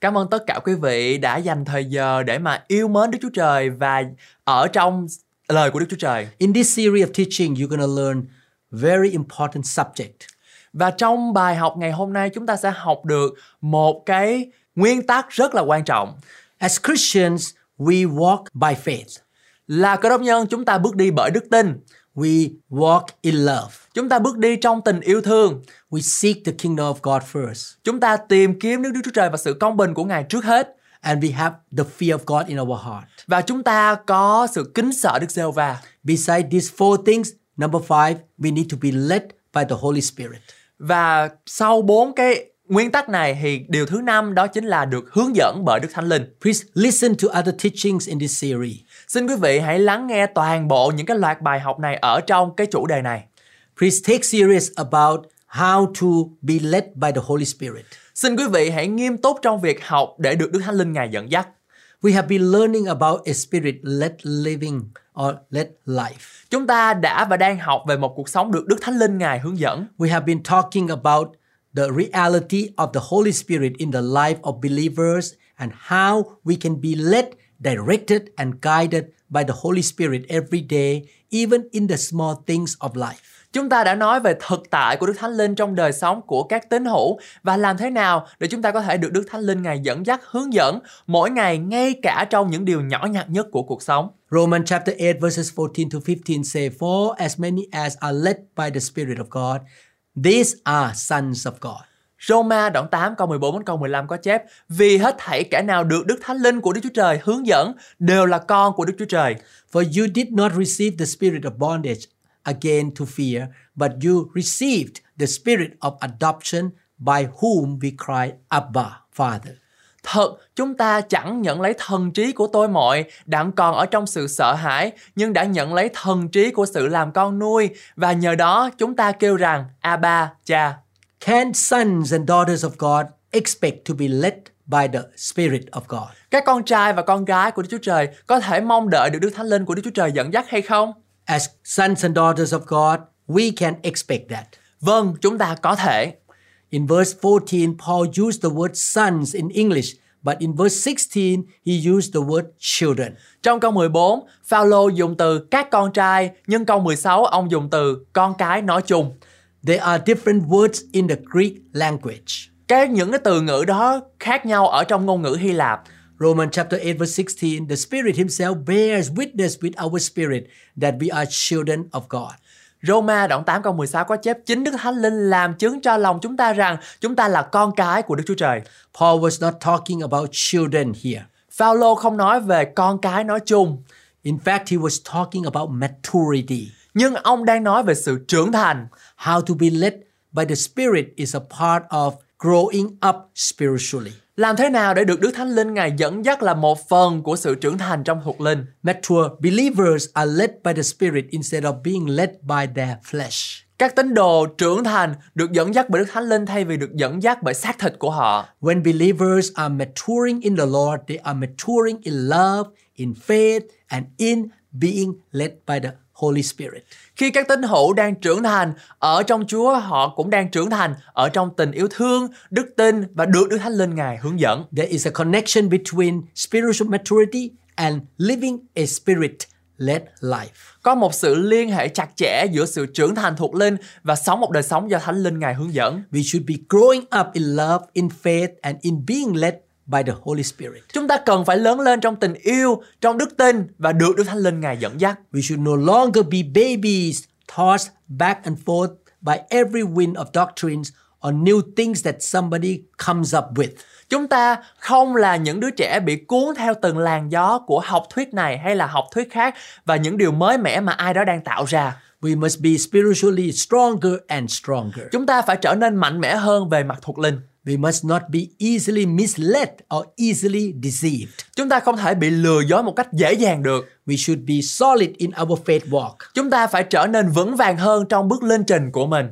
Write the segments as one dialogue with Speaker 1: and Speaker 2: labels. Speaker 1: Cảm ơn tất cả quý vị đã dành thời giờ để mà yêu mến Đức Chúa Trời và ở trong lời của Đức Chúa Trời.
Speaker 2: In this series of teaching, you're going to learn very important subject.
Speaker 1: Và trong bài học ngày hôm nay chúng ta sẽ học được một cái nguyên tắc rất là quan trọng
Speaker 2: As Christians, we walk by faith.
Speaker 1: là cơ đốc nhân chúng ta bước đi bởi đức tin.
Speaker 2: We walk in love.
Speaker 1: Chúng ta bước đi trong tình yêu thương.
Speaker 2: We seek the kingdom of God first,
Speaker 1: Chúng ta tìm kiếm nước Đức Chúa Trời và sự công bình của Ngài trước hết.
Speaker 2: and we have the fear of God in our heart.
Speaker 1: Và chúng ta có sự kính sợ Đức giê va
Speaker 2: Beside these four things, number 5, we need to be led by the Holy Spirit.
Speaker 1: Và sau bốn cái nguyên tắc này thì điều thứ năm đó chính là được hướng dẫn bởi Đức Thánh Linh.
Speaker 2: Please listen to other teachings in this series.
Speaker 1: Xin quý vị hãy lắng nghe toàn bộ những cái loạt bài học này ở trong cái chủ đề này.
Speaker 2: Please take serious about how to be led by the Holy Spirit.
Speaker 1: Xin quý vị hãy nghiêm túc trong việc học để được Đức Thánh Linh Ngài dẫn dắt.
Speaker 2: We have been learning about a spirit led living or led life.
Speaker 1: Chúng ta đã và đang học về một cuộc sống được Đức Thánh Linh Ngài hướng dẫn.
Speaker 2: We have been talking about the reality of the Holy Spirit in the life of believers and how we can be led, directed, and guided by the Holy Spirit every day, even in the small things of life.
Speaker 1: Chúng ta đã nói về thực tại của Đức Thánh Linh trong đời sống của các tín hữu và làm thế nào để chúng ta có thể được Đức Thánh Linh Ngài dẫn dắt, hướng dẫn mỗi ngày ngay cả trong những điều nhỏ nhặt nhất của cuộc sống.
Speaker 2: Romans chapter 8, verses 14 to 15 say, For as many as are led by the Spirit of God, these are sons of God.
Speaker 1: Roma đoạn 8 câu 14 đến câu 15 có chép Vì hết thảy kẻ nào được Đức Thánh Linh của Đức Chúa Trời hướng dẫn đều là con của Đức Chúa Trời.
Speaker 2: For you did not receive the spirit of bondage again to fear, but you received the spirit of adoption by whom we cry, Abba, Father.
Speaker 1: Thật, chúng ta chẳng nhận lấy thần trí của tôi mọi, đặng còn ở trong sự sợ hãi, nhưng đã nhận lấy thần trí của sự làm con nuôi, và nhờ đó chúng ta kêu rằng Abba, cha.
Speaker 2: Can sons and daughters of God expect to be led by the Spirit of God?
Speaker 1: Các con trai và con gái của Đức Chúa Trời có thể mong đợi được Đức Thánh Linh của Đức Chúa Trời dẫn dắt hay không?
Speaker 2: As sons and daughters of God, we can expect that.
Speaker 1: Vâng, chúng ta có thể.
Speaker 2: In verse 14, Paul used the word sons in English, but in verse 16, he used the word children.
Speaker 1: Trong câu 14, Phaolô dùng từ các con trai, nhưng câu 16 ông dùng từ con cái nói chung.
Speaker 2: There are different words in the Greek language.
Speaker 1: Cái những cái từ ngữ đó khác nhau ở trong ngôn ngữ Hy Lạp.
Speaker 2: Romans chapter 8, verse 16 The Spirit Himself bears witness with our spirit that we are children of God.
Speaker 1: Roma đoạn 8 câu 16 có chép chính Đức Thánh Linh làm chứng cho lòng chúng ta rằng chúng ta là con cái của Đức Chúa Trời.
Speaker 2: Paul was not talking about children here.
Speaker 1: Phaolô không nói về con cái nói chung,
Speaker 2: In fact, he was talking about maturity.
Speaker 1: nhưng ông đang nói về sự trưởng thành.
Speaker 2: How to be led by the Spirit is a part of growing up spiritually.
Speaker 1: Làm thế nào để được Đức Thánh Linh Ngài dẫn dắt là một phần của sự trưởng thành trong thuộc linh.
Speaker 2: Mature believers are led by the Spirit instead of being led by their flesh.
Speaker 1: Các tín đồ trưởng thành được dẫn dắt bởi Đức Thánh Linh thay vì được dẫn dắt bởi xác thịt của họ.
Speaker 2: When believers are maturing in the Lord, they are maturing in love, in faith, and in being led by the Holy Spirit.
Speaker 1: Khi các tín hữu đang trưởng thành ở trong Chúa, họ cũng đang trưởng thành ở trong tình yêu thương, đức tin và được Đức Thánh Linh Ngài hướng dẫn.
Speaker 2: There is a connection between spiritual maturity and living a spirit led life.
Speaker 1: Có một sự liên hệ chặt chẽ giữa sự trưởng thành thuộc linh và sống một đời sống do Thánh Linh Ngài hướng dẫn.
Speaker 2: We should be growing up in love, in faith, and in being led by the Holy Spirit.
Speaker 1: Chúng ta cần phải lớn lên trong tình yêu, trong đức tin và được Đức Thánh Linh Ngài dẫn dắt.
Speaker 2: We should no longer be babies tossed back and forth by every wind of doctrines or new things that somebody comes up with.
Speaker 1: Chúng ta không là những đứa trẻ bị cuốn theo từng làn gió của học thuyết này hay là học thuyết khác và những điều mới mẻ mà ai đó đang tạo ra.
Speaker 2: We must be spiritually stronger and stronger.
Speaker 1: Chúng ta phải trở nên mạnh mẽ hơn về mặt thuộc linh.
Speaker 2: We must not be easily misled or easily deceived.
Speaker 1: Chúng ta không thể bị lừa dối một cách dễ dàng được.
Speaker 2: We should be solid in our faith walk.
Speaker 1: Chúng ta phải trở nên vững vàng hơn trong bước lên trình của mình.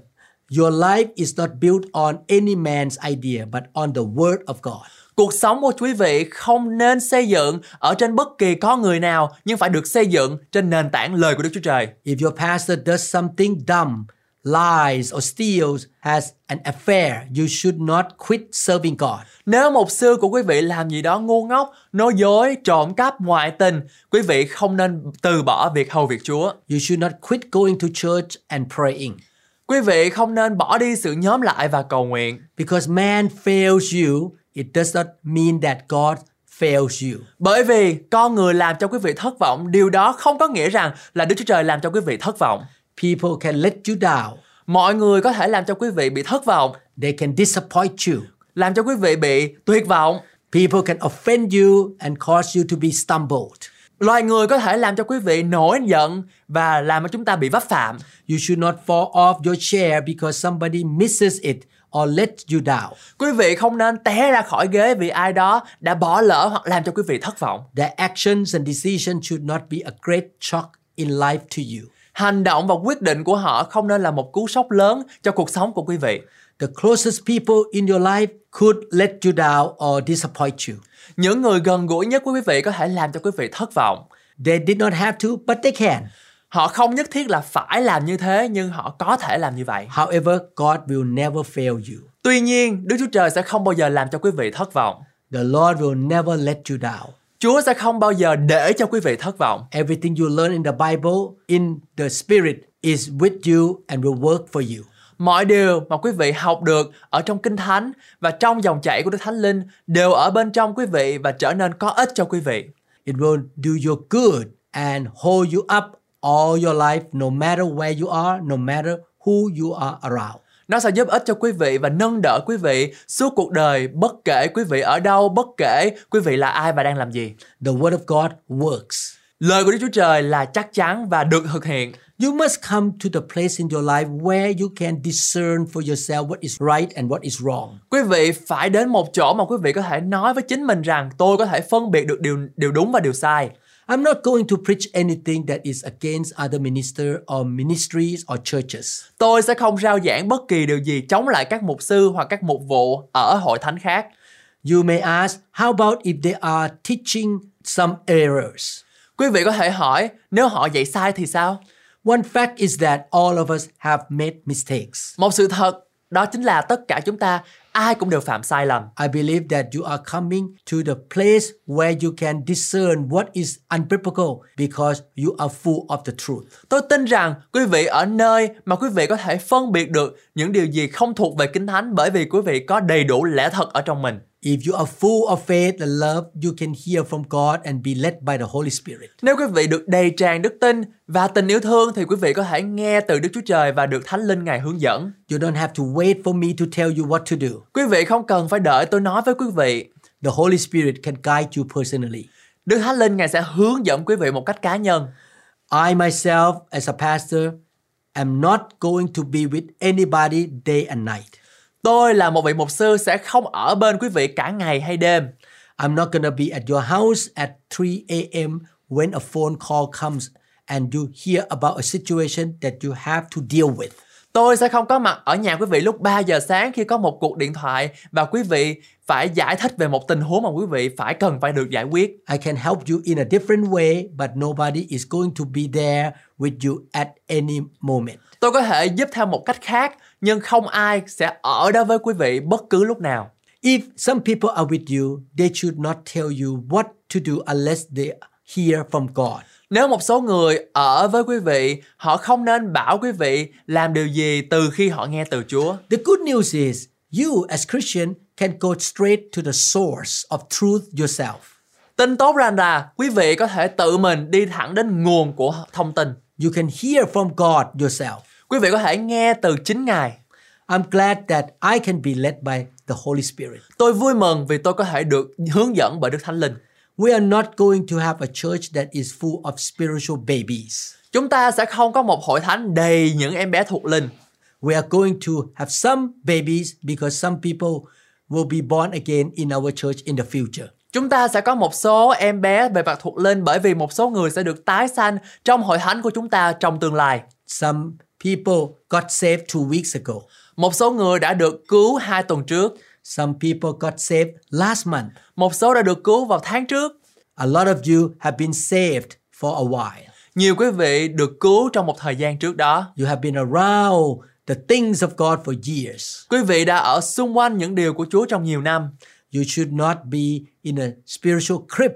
Speaker 2: Your life is not built on any man's idea, but on the Word of God.
Speaker 1: Cuộc sống của quý vị không nên xây dựng ở trên bất kỳ con người nào nhưng phải được xây dựng trên nền tảng lời của Đức Chúa Trời.
Speaker 2: If your pastor does something dumb, lies, or steals, has an affair, you should not quit serving God.
Speaker 1: Nếu một sư của quý vị làm gì đó ngu ngốc, nói dối, trộm cắp, ngoại tình, quý vị không nên từ bỏ việc hầu việc Chúa.
Speaker 2: You should not quit going to church and praying.
Speaker 1: Quý vị không nên bỏ đi sự nhóm lại và cầu nguyện.
Speaker 2: Because man fails you, it does not mean that God fails you.
Speaker 1: Bởi vì con người làm cho quý vị thất vọng, điều đó không có nghĩa rằng là Đức Chúa Trời làm cho quý vị thất vọng.
Speaker 2: People can let you down,
Speaker 1: Mọi người có thể làm cho quý vị bị thất vọng,
Speaker 2: they can disappoint you.
Speaker 1: làm cho quý vị bị tuyệt vọng.
Speaker 2: People can offend you and cause you to be stumbled.
Speaker 1: Loài người có thể làm cho quý vị nổi giận và làm cho chúng ta bị vấp phạm.
Speaker 2: You should not fall off your chair because somebody misses it or lets you down.
Speaker 1: Quý vị không nên té ra khỏi ghế vì ai đó đã bỏ lỡ hoặc làm cho quý vị thất vọng.
Speaker 2: Their actions and decisions should not be a great shock in life to you.
Speaker 1: Hành động và quyết định của họ không nên là một cú sốc lớn cho cuộc sống của quý vị.
Speaker 2: The closest people in your life could let you down or disappoint you.
Speaker 1: Những người gần gũi nhất của quý vị có thể làm cho quý vị thất vọng.
Speaker 2: They did not have to, but they can.
Speaker 1: Họ không nhất thiết là phải làm như thế nhưng họ có thể làm như vậy.
Speaker 2: However, God will never fail you.
Speaker 1: Tuy nhiên, Đức Chúa Trời sẽ không bao giờ làm cho quý vị thất vọng.
Speaker 2: The Lord will never let you down.
Speaker 1: Chúa sẽ không bao giờ để cho quý vị thất vọng.
Speaker 2: Everything you learn in the Bible, in the Spirit, is with you and will work for you.
Speaker 1: Mọi điều mà quý vị học được ở trong Kinh Thánh và trong dòng chảy của Đức Thánh Linh đều ở bên trong quý vị và trở nên có ích cho quý vị.
Speaker 2: It will do you good and hold you up all your life, no matter where you are, no matter who you are around.
Speaker 1: Nó sẽ giúp ích cho quý vị và nâng đỡ quý vị suốt cuộc đời bất kể quý vị ở đâu, bất kể quý vị là ai và đang làm gì.
Speaker 2: The Word of God works.
Speaker 1: Lời của Đức Chúa Trời là chắc chắn và được thực hiện.
Speaker 2: You must come to the place in your life where you can discern for yourself what is right and what is wrong.
Speaker 1: Quý vị phải đến một chỗ mà quý vị có thể nói với chính mình rằng tôi có thể phân biệt được điều điều đúng và điều sai.
Speaker 2: I'm not going to preach anything that is against other minister or ministries or churches.
Speaker 1: Tôi sẽ không rao giảng bất kỳ điều gì chống lại các mục sư hoặc các mục vụ ở hội thánh khác.
Speaker 2: You may ask, how about if they are teaching some errors?
Speaker 1: Quý vị có thể hỏi, nếu họ dạy sai thì sao?
Speaker 2: One fact is that all of us have made mistakes.
Speaker 1: Một sự thật, đó chính là tất cả chúng ta ai cũng đều phạm sai lầm.
Speaker 2: I believe that you are coming to the place where you can discern what is unbiblical because you are full of the truth.
Speaker 1: Tôi tin rằng quý vị ở nơi mà quý vị có thể phân biệt được những điều gì không thuộc về Kinh Thánh bởi vì quý vị có đầy đủ lẽ thật ở trong mình.
Speaker 2: If you are full of faith and love, you can hear from God and be led by the Holy Spirit.
Speaker 1: Nếu quý vị được đầy tràn đức tin và tình yêu thương thì quý vị có thể nghe từ Đức Chúa Trời và được Thánh Linh Ngài hướng dẫn.
Speaker 2: You don't have to wait for me to tell you what to do.
Speaker 1: Quý vị không cần phải đợi tôi nói với quý vị.
Speaker 2: The Holy Spirit can guide you personally.
Speaker 1: Đức Thánh Linh Ngài sẽ hướng dẫn quý vị một cách cá nhân.
Speaker 2: I myself, as a pastor, am not going to be with anybody day and night.
Speaker 1: Tôi là một vị mục sư sẽ không ở bên quý vị cả ngày hay đêm.
Speaker 2: I'm not going to be at your house at 3 a.m. when a phone call comes and you hear about a situation that you have to deal with.
Speaker 1: Tôi sẽ không có mặt ở nhà quý vị lúc 3 giờ sáng khi có một cuộc điện thoại và quý vị phải giải thích về một tình huống mà quý vị phải cần phải được giải quyết.
Speaker 2: I can help you in a different way, but nobody is going to be there with you at any moment.
Speaker 1: Tôi có thể giúp theo một cách khác nhưng không ai sẽ ở đó với quý vị bất cứ lúc nào.
Speaker 2: If some people are with you, they should not tell you what to do unless they hear from God.
Speaker 1: Nếu một số người ở với quý vị, họ không nên bảo quý vị làm điều gì từ khi họ nghe từ Chúa.
Speaker 2: The good news is you as Christian can go straight to the source of truth yourself.
Speaker 1: Tin tốt rằng là quý vị có thể tự mình đi thẳng đến nguồn của thông tin.
Speaker 2: You can hear from God yourself.
Speaker 1: Quý vị có thể nghe từ chính Ngài.
Speaker 2: I'm glad that I can be led by the Holy Spirit.
Speaker 1: Tôi vui mừng vì tôi có thể được hướng dẫn bởi Đức Thánh Linh.
Speaker 2: We are not going to have a church that is full of spiritual babies.
Speaker 1: Chúng ta sẽ không có một hội thánh đầy những em bé thuộc linh.
Speaker 2: We are going to have some babies because some people will be born again in our church in the future.
Speaker 1: Chúng ta sẽ có một số em bé về mặt thuộc linh bởi vì một số người sẽ được tái sanh trong hội thánh của chúng ta trong tương lai.
Speaker 2: Some people got saved two weeks ago.
Speaker 1: Một số người đã được cứu hai tuần trước,
Speaker 2: Some people got saved last month.
Speaker 1: một số đã được cứu vào tháng trước.
Speaker 2: A lot of you have been saved for a while.
Speaker 1: Nhiều quý vị được cứu trong một thời gian trước đó.
Speaker 2: You have been around the things of God for years.
Speaker 1: Quý vị đã ở xung quanh những điều của Chúa trong nhiều năm.
Speaker 2: You should not be in a spiritual crib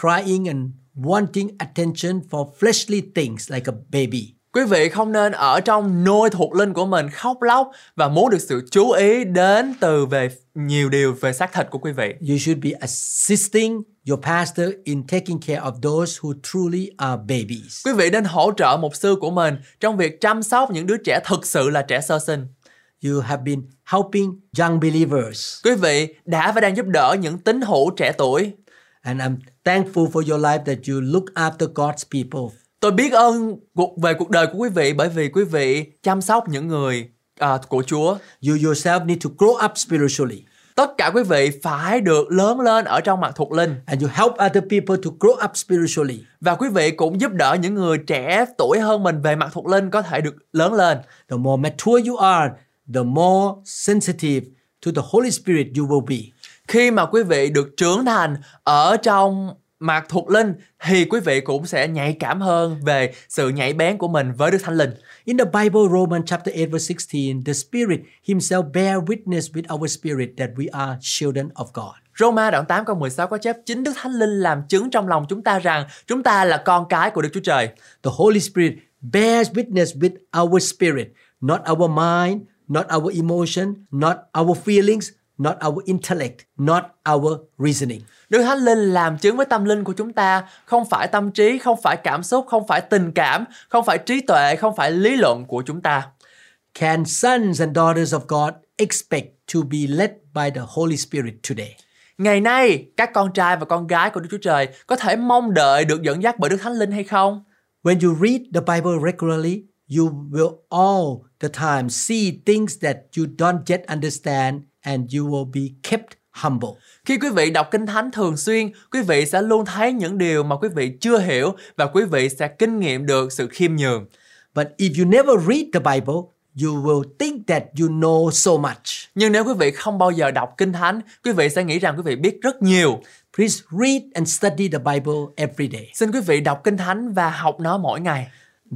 Speaker 2: crying and wanting attention for fleshly things like a baby.
Speaker 1: Quý vị không nên ở trong nôi thuộc linh của mình khóc lóc và muốn được sự chú ý đến từ về nhiều điều về xác thịt của quý vị.
Speaker 2: You should be assisting your pastor in taking care of those who truly are babies.
Speaker 1: Quý vị nên hỗ trợ mục sư của mình trong việc chăm sóc những đứa trẻ thực sự là trẻ sơ sinh.
Speaker 2: You have been helping young believers.
Speaker 1: Quý vị đã và đang giúp đỡ những tín hữu trẻ tuổi.
Speaker 2: And I'm thankful for your life that you look after God's people.
Speaker 1: Tôi biết ơn cuộc về cuộc đời của quý vị bởi vì quý vị chăm sóc những người à, của Chúa.
Speaker 2: You yourself need to grow up spiritually
Speaker 1: Tất cả quý vị phải được lớn lên ở trong mặt thuộc linh
Speaker 2: and you help other people to grow up spiritually.
Speaker 1: và quý vị cũng giúp đỡ những người trẻ tuổi hơn mình về mặt thuộc linh có thể được lớn lên.
Speaker 2: The more mature you are, the more sensitive to the Holy Spirit you will be.
Speaker 1: Khi mà quý vị được trưởng thành ở trong mặt thuộc linh thì quý vị cũng sẽ nhạy cảm hơn về sự nhạy bén của mình với Đức Thánh Linh.
Speaker 2: In the Bible, Romans chapter 8, verse 16, the Spirit Himself bear witness with our spirit that we are children of God.
Speaker 1: Roma đoạn 8 câu 16 có chép chính Đức Thánh Linh làm chứng trong lòng chúng ta rằng chúng ta là con cái của Đức Chúa Trời.
Speaker 2: The Holy Spirit bears witness with our spirit, not our mind, not our emotion, not our feelings, not our intellect, not our reasoning.
Speaker 1: Đức Thánh Linh làm chứng với tâm linh của chúng ta, không phải tâm trí, không phải cảm xúc, không phải tình cảm, không phải trí tuệ, không phải lý luận của chúng ta.
Speaker 2: Can sons and daughters of God expect to be led by the Holy Spirit today?
Speaker 1: Ngày nay, các con trai và con gái của Đức Chúa Trời có thể mong đợi được dẫn dắt bởi Đức Thánh Linh hay không?
Speaker 2: When you read the Bible regularly, you will all the time see things that you don't yet understand and you will be kept humble.
Speaker 1: Khi quý vị đọc Kinh Thánh thường xuyên, quý vị sẽ luôn thấy những điều mà quý vị chưa hiểu và quý vị sẽ kinh nghiệm được sự khiêm nhường.
Speaker 2: But if you never read the Bible, you will think that you know so much.
Speaker 1: Nhưng nếu quý vị không bao giờ đọc Kinh Thánh, quý vị sẽ nghĩ rằng quý vị biết rất nhiều.
Speaker 2: Please read and study the Bible every day.
Speaker 1: Xin quý vị đọc Kinh Thánh và học nó mỗi ngày.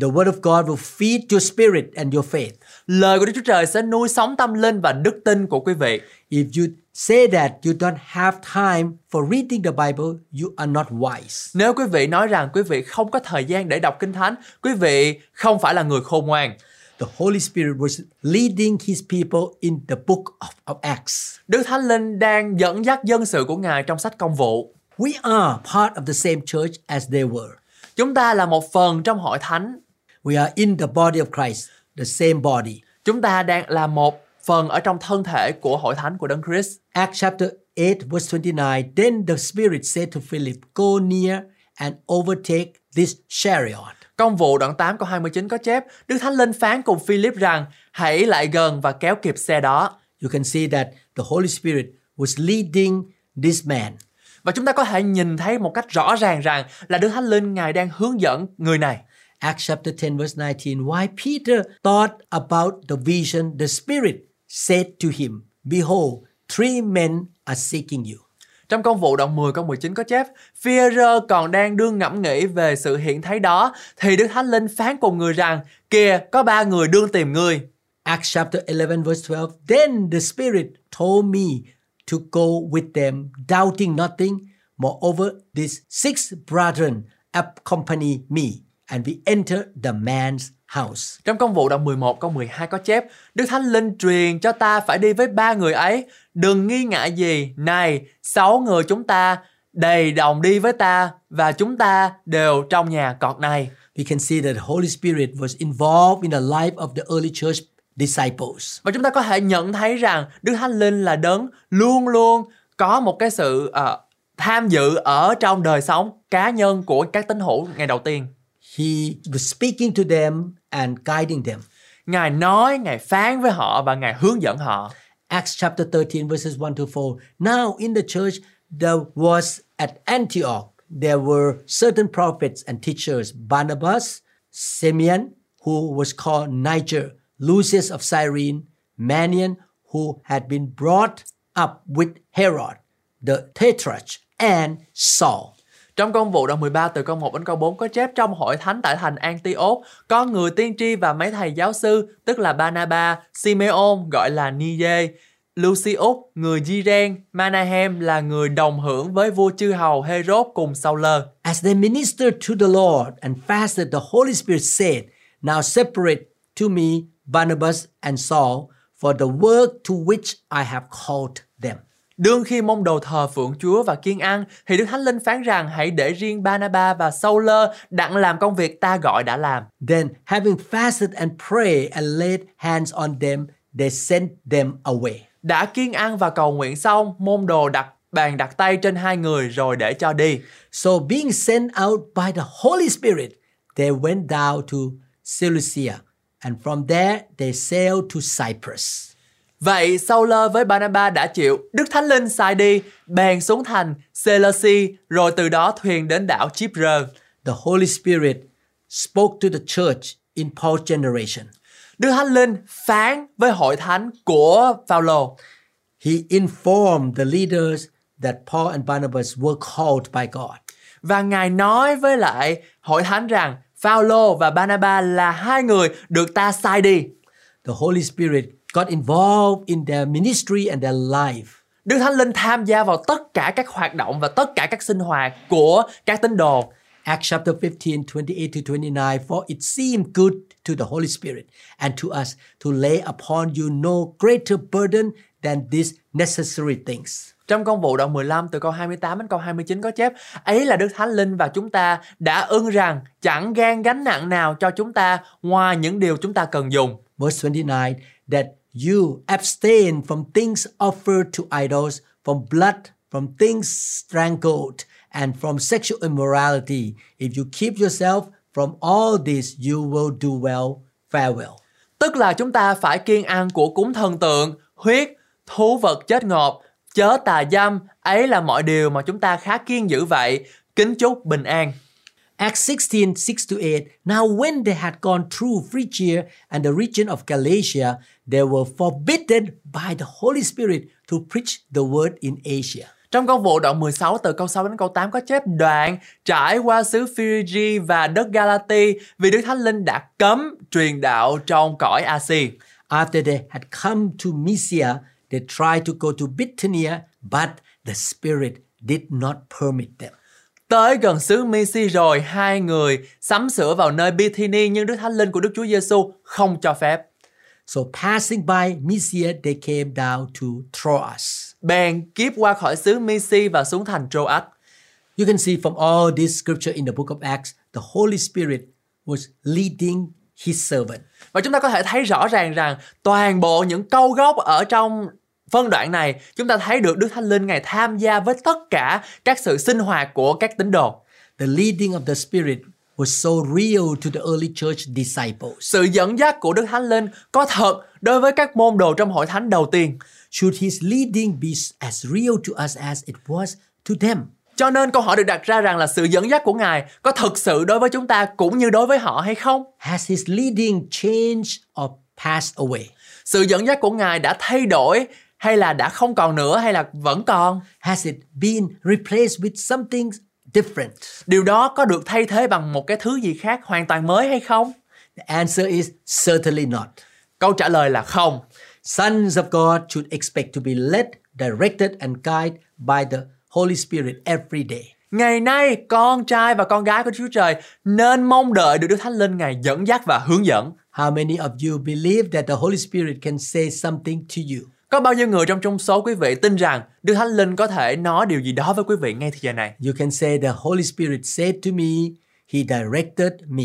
Speaker 2: The Word of God will feed your spirit and your faith.
Speaker 1: Lời của Đức Chúa Trời sẽ nuôi sống tâm linh và đức tin của quý vị.
Speaker 2: If you say that you don't have time for reading the Bible, you are not wise.
Speaker 1: Nếu quý vị nói rằng quý vị không có thời gian để đọc Kinh Thánh, quý vị không phải là người khôn ngoan.
Speaker 2: The Holy Spirit was leading his people in the book of, of Acts.
Speaker 1: Đức Thánh Linh đang dẫn dắt dân sự của Ngài trong sách công vụ.
Speaker 2: We are part of the same church as they were.
Speaker 1: Chúng ta là một phần trong hội thánh.
Speaker 2: We are in the body of Christ, the same body.
Speaker 1: Chúng ta đang là một phần ở trong thân thể của hội thánh của Đấng Christ.
Speaker 2: Acts chapter 8, verse 29 Then the Spirit said to Philip, Go near and overtake this chariot.
Speaker 1: Công vụ đoạn 8 câu 29 có chép Đức Thánh Linh phán cùng Philip rằng hãy lại gần và kéo kịp xe đó.
Speaker 2: You can see that the Holy Spirit was leading this man.
Speaker 1: Và chúng ta có thể nhìn thấy một cách rõ ràng rằng là Đức Thánh Linh Ngài đang hướng dẫn người này.
Speaker 2: Acts chapter 10, verse 19 Why Peter thought about the vision, the Spirit said to him, Behold, three men are seeking you.
Speaker 1: Trong công vụ đoạn 10 câu 19 có chép, Führer còn đang đương ngẫm nghĩ về sự hiện thấy đó, thì Đức Thánh Linh phán cùng người rằng, kìa, có ba người đương tìm người.
Speaker 2: Acts chapter 11, verse 12 Then the Spirit told me to go with them, doubting nothing. Moreover, these six brethren accompany me, and we enter the man's house.
Speaker 1: Trong công vụ đoạn 11 câu 12 có chép, Đức Thánh Linh truyền cho ta phải đi với ba người ấy, đừng nghi ngại gì, này, sáu người chúng ta đầy đồng đi với ta và chúng ta đều trong nhà cọt này.
Speaker 2: We can see that the Holy Spirit was involved in the life of the early church disciples.
Speaker 1: Và chúng ta có thể nhận thấy rằng Đức Thánh Linh là đấng luôn luôn có một cái sự ờ, tham dự ở trong đời sống cá nhân của các tín hữu ngày đầu tiên.
Speaker 2: He was speaking to them and guiding them.
Speaker 1: Ngài nói, Ngài phán với họ và Ngài hướng dẫn họ.
Speaker 2: Acts chapter 13, verses 1 to 4. Now in the church there was at Antioch, there were certain prophets and teachers Barnabas, Simeon, who was called Niger, Lucius of Cyrene, Manion, who had been brought up with Herod, the Tetrarch, and Saul.
Speaker 1: Trong công vụ đoạn 13 từ câu 1 đến câu 4 có chép trong hội thánh tại thành Antioch có người tiên tri và mấy thầy giáo sư tức là Banaba, Simeon gọi là Nije, Lucius người Giren, Manahem là người đồng hưởng với vua chư hầu Herod cùng Sau Lơ.
Speaker 2: As they ministered to the Lord and fasted, the Holy Spirit said, Now separate to me Barnabas and Saul for the work to which I have called them.
Speaker 1: Đương khi môn đồ thờ phượng Chúa và kiên ăn thì Đức Thánh Linh phán rằng hãy để riêng Banaba và Sau Lơ đặng làm công việc ta gọi đã làm.
Speaker 2: Then, having fasted and prayed and laid hands on them, they sent them away.
Speaker 1: Đã kiên ăn và cầu nguyện xong, môn đồ đặt bàn đặt tay trên hai người rồi để cho đi.
Speaker 2: So, being sent out by the Holy Spirit, they went down to Seleucia, and from there they sailed to Cyprus.
Speaker 1: Vậy Sau Lơ với Barnabas đã chịu, Đức Thánh Linh sai đi, bèn xuống thành Seleucia, rồi từ đó thuyền đến đảo Chipre.
Speaker 2: The Holy Spirit spoke to the church in Paul's generation.
Speaker 1: Đức Thánh Linh phán với hội thánh của Phaolô.
Speaker 2: He informed the leaders that Paul and Barnabas were called by God.
Speaker 1: và ngài nói với lại hội thánh rằng Phaolô và Barnabas là hai người được ta sai đi.
Speaker 2: The Holy Spirit got involved in their ministry and their life.
Speaker 1: Đức Thánh Linh tham gia vào tất cả các hoạt động và tất cả các sinh hoạt của các tín đồ.
Speaker 2: Acts chapter 15, 28 to 29. For it seemed good to the Holy Spirit and to us to lay upon you no greater burden than these necessary things.
Speaker 1: Trong công vụ đoạn 15 từ câu 28 đến câu 29 có chép Ấy là Đức Thánh Linh và chúng ta đã ưng rằng chẳng gan gánh nặng nào cho chúng ta ngoài những điều chúng ta cần dùng.
Speaker 2: Verse 29 that you abstain from things offered to idols, from blood, from things strangled, and from sexual immorality. If you keep yourself from all this, you will do well. Farewell.
Speaker 1: Tức là chúng ta phải kiêng ăn của cúng thần tượng, huyết, thú vật chết ngọt, chớ tà dâm, ấy là mọi điều mà chúng ta khá kiêng giữ vậy. Kính chúc bình an.
Speaker 2: Acts 16, 6 to 8. Now, when they had gone through Phrygia and the region of Galatia, they were forbidden by the Holy Spirit to preach the word in Asia.
Speaker 1: Trong công vụ đoạn 16 từ câu 6 đến câu 8 có chép đoạn trải qua xứ Phrygia và đất Galati vì Đức Thánh Linh đã cấm truyền đạo trong cõi Asi.
Speaker 2: After they had come to Mysia, they tried to go to Bithynia, but the Spirit did not permit them.
Speaker 1: Tới gần xứ Misi rồi, hai người sắm sửa vào nơi Bithyni nhưng Đức Thánh Linh của Đức Chúa Giêsu không cho phép.
Speaker 2: So, passing by Mysia, they came down to Troas.
Speaker 1: Bèn kiếp qua khỏi xứ Misi và xuống thành Troas.
Speaker 2: You can see from all this scripture in the book of Acts, the Holy Spirit was leading his servant.
Speaker 1: Và chúng ta có thể thấy rõ ràng rằng toàn bộ những câu gốc ở trong phân đoạn này chúng ta thấy được Đức Thánh Linh Ngài tham gia với tất cả các sự sinh hoạt của các tín đồ.
Speaker 2: The leading of the Spirit was so real to the early church disciples.
Speaker 1: Sự dẫn dắt của Đức Thánh Linh có thật đối với các môn đồ trong hội thánh đầu tiên.
Speaker 2: Should his leading be as real to us as it was to them?
Speaker 1: Cho nên câu hỏi được đặt ra rằng là sự dẫn dắt của Ngài có thực sự đối với chúng ta cũng như đối với họ hay không?
Speaker 2: Has his leading changed or passed away?
Speaker 1: Sự dẫn dắt của Ngài đã thay đổi hay là đã không còn nữa hay là vẫn còn?
Speaker 2: Has it been replaced with something different?
Speaker 1: Điều đó có được thay thế bằng một cái thứ gì khác hoàn toàn mới hay không?
Speaker 2: The answer is certainly not.
Speaker 1: Câu trả lời là không.
Speaker 2: Sons of God should expect to be led, directed, and guided by the Holy Spirit every day.
Speaker 1: Ngày nay, con trai và con gái của Chúa Trời nên mong đợi được Đức Thánh Linh Ngài dẫn dắt và hướng dẫn.
Speaker 2: How many of you believe that the Holy Spirit can say something to you?
Speaker 1: Có bao nhiêu người trong trong số quý vị tin rằng Đức Thánh Linh có thể nói điều gì đó với quý vị ngay thời giờ này?
Speaker 2: You can say, The Holy Spirit said to me, He directed me.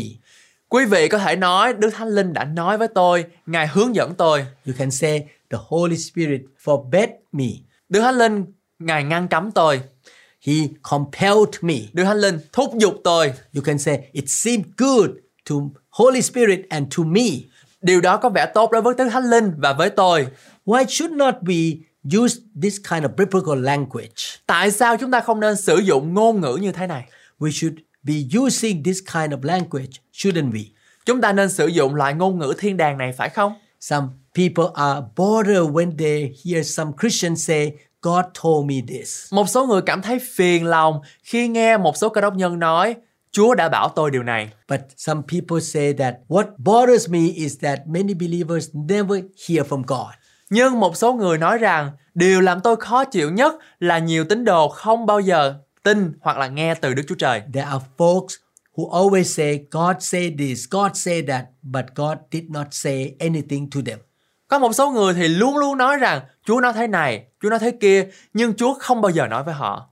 Speaker 1: Quý vị có thể nói Đức Thánh Linh đã nói với tôi, Ngài hướng dẫn tôi.
Speaker 2: You can say, The Holy Spirit forbade me.
Speaker 1: Đức Thánh Linh, Ngài ngăn cấm tôi.
Speaker 2: He compelled me.
Speaker 1: Đức Thánh Linh thúc giục tôi.
Speaker 2: You can say, It seemed good to Holy Spirit and to me.
Speaker 1: Điều đó có vẻ tốt đối với Đức Thánh Linh và với tôi.
Speaker 2: Why should not we use this kind of biblical language?
Speaker 1: Tại sao chúng ta không nên sử dụng ngôn ngữ như thế này?
Speaker 2: We should be using this kind of language, shouldn't we?
Speaker 1: Chúng ta nên sử dụng loại ngôn ngữ thiên đàng này phải không?
Speaker 2: Some people are bothered when they hear some Christians say, God told me this.
Speaker 1: Một số người cảm thấy phiền lòng khi nghe một số cơ đốc nhân nói Chúa đã bảo tôi điều này.
Speaker 2: But some people say that what bothers me is that many believers never hear from God.
Speaker 1: Nhưng một số người nói rằng điều làm tôi khó chịu nhất là nhiều tín đồ không bao giờ tin hoặc là nghe từ Đức Chúa Trời.
Speaker 2: There are folks who always say, God said this, God said that, but God did not say anything to them.
Speaker 1: Có một số người thì luôn luôn nói rằng Chúa nói thế này, Chúa nói thế kia, nhưng Chúa không bao giờ nói với họ.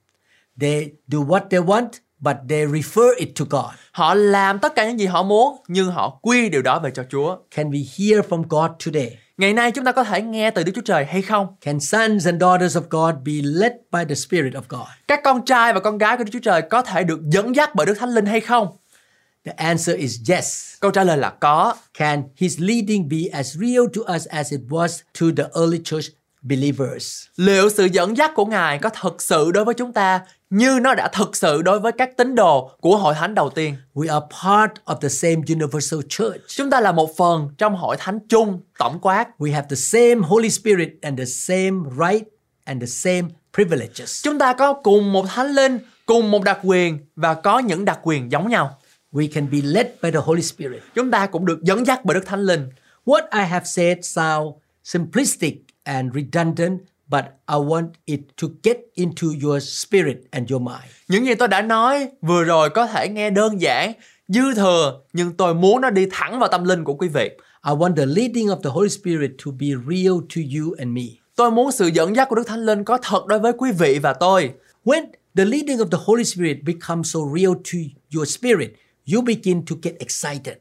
Speaker 2: They do what they want, but they refer it to God.
Speaker 1: Họ làm tất cả những gì họ muốn nhưng họ quy điều đó về cho Chúa.
Speaker 2: Can we hear from God today?
Speaker 1: Ngày nay chúng ta có thể nghe từ Đức Chúa Trời hay không?
Speaker 2: Can sons and daughters of God be led by the Spirit of God?
Speaker 1: Các con trai và con gái của Đức Chúa Trời có thể được dẫn dắt bởi Đức Thánh Linh hay không?
Speaker 2: The answer is yes.
Speaker 1: Câu trả lời là có.
Speaker 2: Can his leading be as real to us as it was to the early church believers?
Speaker 1: Liệu sự dẫn dắt của Ngài có thật sự đối với chúng ta như nó đã thật sự đối với các tín đồ của hội thánh đầu tiên?
Speaker 2: We are part of the same universal church.
Speaker 1: Chúng ta là một phần trong hội thánh chung tổng quát.
Speaker 2: We have the same Holy Spirit and the same right and the same privileges.
Speaker 1: Chúng ta có cùng một thánh linh, cùng một đặc quyền và có những đặc quyền giống nhau.
Speaker 2: We can be led by the Holy Spirit.
Speaker 1: Chúng ta cũng được dẫn dắt bởi Đức Thánh Linh.
Speaker 2: What I have said sound simplistic and redundant, but I want it to get into your spirit and your mind.
Speaker 1: Những gì tôi đã nói vừa rồi có thể nghe đơn giản, dư thừa nhưng tôi muốn nó đi thẳng vào tâm linh của quý vị.
Speaker 2: I want the leading of the Holy Spirit to be real to you and me.
Speaker 1: Tôi muốn sự dẫn dắt của Đức Thánh Linh có thật đối với quý vị và tôi.
Speaker 2: When the leading of the Holy Spirit becomes so real to your spirit, you begin to get excited.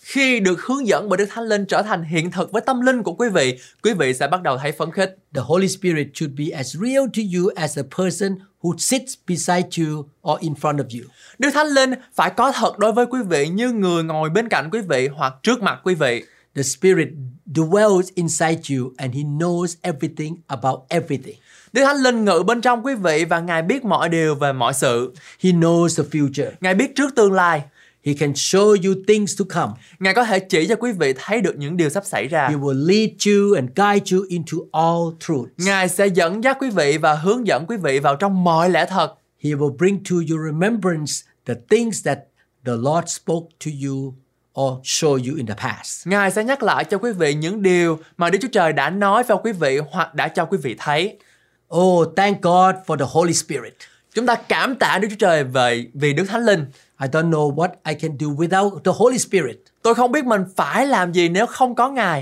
Speaker 1: Khi được hướng dẫn bởi Đức Thánh Linh trở thành hiện thực với tâm linh của quý vị, quý vị sẽ bắt đầu thấy phấn khích.
Speaker 2: The Holy Spirit should be as real to you as the person who sits beside you or in front of you.
Speaker 1: Đức Thánh Linh phải có thật đối với quý vị như người ngồi bên cạnh quý vị hoặc trước mặt quý vị.
Speaker 2: The Spirit dwells inside you and He knows everything about everything.
Speaker 1: Đức Thánh Linh ngự bên trong quý vị và Ngài biết mọi điều về mọi sự.
Speaker 2: He knows the future.
Speaker 1: Ngài biết trước tương lai.
Speaker 2: He can show you things to come.
Speaker 1: Ngài có thể chỉ cho quý vị thấy được những điều sắp xảy ra.
Speaker 2: He will lead you and guide you into all truth.
Speaker 1: Ngài sẽ dẫn dắt quý vị và hướng dẫn quý vị vào trong mọi lẽ thật.
Speaker 2: He will bring to your remembrance the things that the Lord spoke to you or show you in the past.
Speaker 1: Ngài sẽ nhắc lại cho quý vị những điều mà Đức Chúa Trời đã nói vào quý vị hoặc đã cho quý vị thấy.
Speaker 2: Oh, thank God for the Holy Spirit.
Speaker 1: Chúng ta cảm tạ Đức Chúa Trời về vì Đức Thánh Linh.
Speaker 2: I don't know what I can do without the Holy Spirit.
Speaker 1: Tôi không biết mình phải làm gì nếu không có Ngài.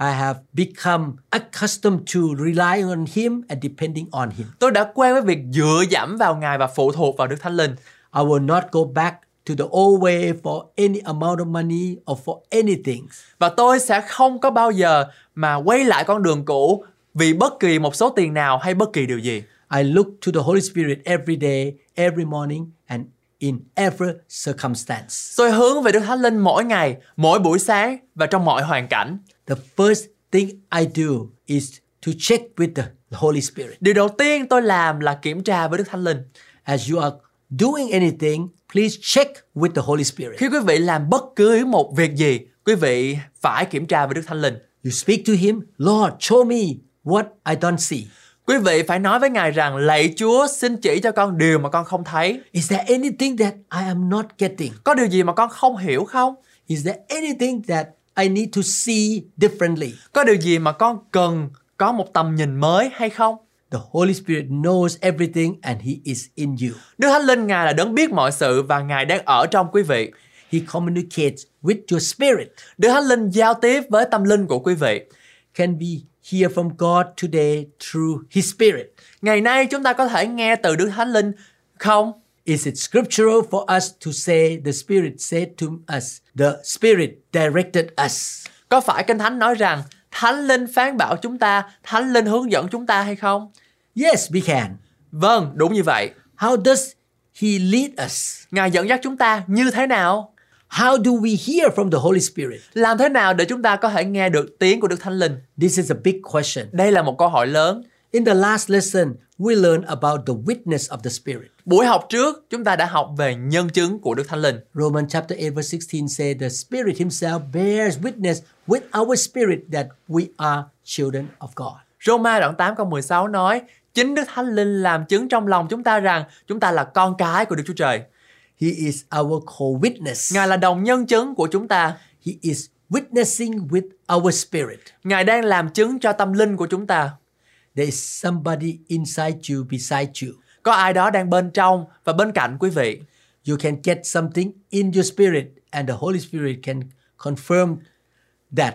Speaker 2: I have become accustomed to relying on Him and depending on Him.
Speaker 1: Tôi đã quen với việc dựa dẫm vào Ngài và phụ thuộc vào Đức Thánh Linh.
Speaker 2: I will not go back to the old way for any amount of money or for anything.
Speaker 1: Và tôi sẽ không có bao giờ mà quay lại con đường cũ vì bất kỳ một số tiền nào hay bất kỳ điều gì.
Speaker 2: I look to the Holy Spirit every day, every morning, and in every circumstance.
Speaker 1: Tôi hướng về Đức Thánh Linh mỗi ngày, mỗi buổi sáng và trong mọi hoàn cảnh.
Speaker 2: The first thing I do is to check with the Holy Spirit.
Speaker 1: Điều đầu tiên tôi làm là kiểm tra với Đức Thánh Linh.
Speaker 2: As you are doing anything, please check with the Holy Spirit.
Speaker 1: Khi quý vị làm bất cứ một việc gì, quý vị phải kiểm tra với Đức Thánh Linh.
Speaker 2: You speak to Him, Lord, show me what I don't see.
Speaker 1: Quý vị phải nói với Ngài rằng lạy Chúa xin chỉ cho con điều mà con không thấy.
Speaker 2: Is there anything that I am not getting?
Speaker 1: Có điều gì mà con không hiểu không?
Speaker 2: Is there anything that I need to see differently?
Speaker 1: Có điều gì mà con cần có một tầm nhìn mới hay không?
Speaker 2: The Holy Spirit knows everything and He is in you.
Speaker 1: Đức Thánh Linh Ngài là đấng biết mọi sự và Ngài đang ở trong quý vị.
Speaker 2: He communicates with your spirit.
Speaker 1: Đức Thánh Linh giao tiếp với tâm linh của quý vị.
Speaker 2: Can we hear from God today through His Spirit?
Speaker 1: Ngày nay chúng ta có thể nghe từ Đức Thánh Linh không?
Speaker 2: Is it scriptural for us to say the Spirit said to us, the Spirit directed us?
Speaker 1: Có phải Kinh Thánh nói rằng Thánh Linh phán bảo chúng ta, Thánh Linh hướng dẫn chúng ta hay không?
Speaker 2: Yes, we can.
Speaker 1: Vâng, đúng như vậy.
Speaker 2: How does He lead us?
Speaker 1: Ngài dẫn dắt chúng ta như thế nào?
Speaker 2: How do we hear from the Holy Spirit?
Speaker 1: Làm thế nào để chúng ta có thể nghe được tiếng của Đức Thánh Linh?
Speaker 2: This is a big question.
Speaker 1: Đây là một câu hỏi lớn.
Speaker 2: In the last lesson, we learned about the witness of the Spirit.
Speaker 1: Buổi học trước, chúng ta đã học về nhân chứng của Đức Thánh Linh.
Speaker 2: Romans chapter 8 verse 16 says the Spirit himself bears witness with our spirit that we are children of God.
Speaker 1: Roma đoạn 8 câu 16 nói, chính Đức Thánh Linh làm chứng trong lòng chúng ta rằng chúng ta là con cái của Đức Chúa Trời.
Speaker 2: He is our co-witness.
Speaker 1: Ngài là đồng nhân chứng của chúng ta.
Speaker 2: He is witnessing with our spirit.
Speaker 1: Ngài đang làm chứng cho tâm linh của chúng ta.
Speaker 2: There is somebody inside you beside you.
Speaker 1: Có ai đó đang bên trong và bên cạnh quý vị.
Speaker 2: You can get something in your spirit and the Holy Spirit can confirm that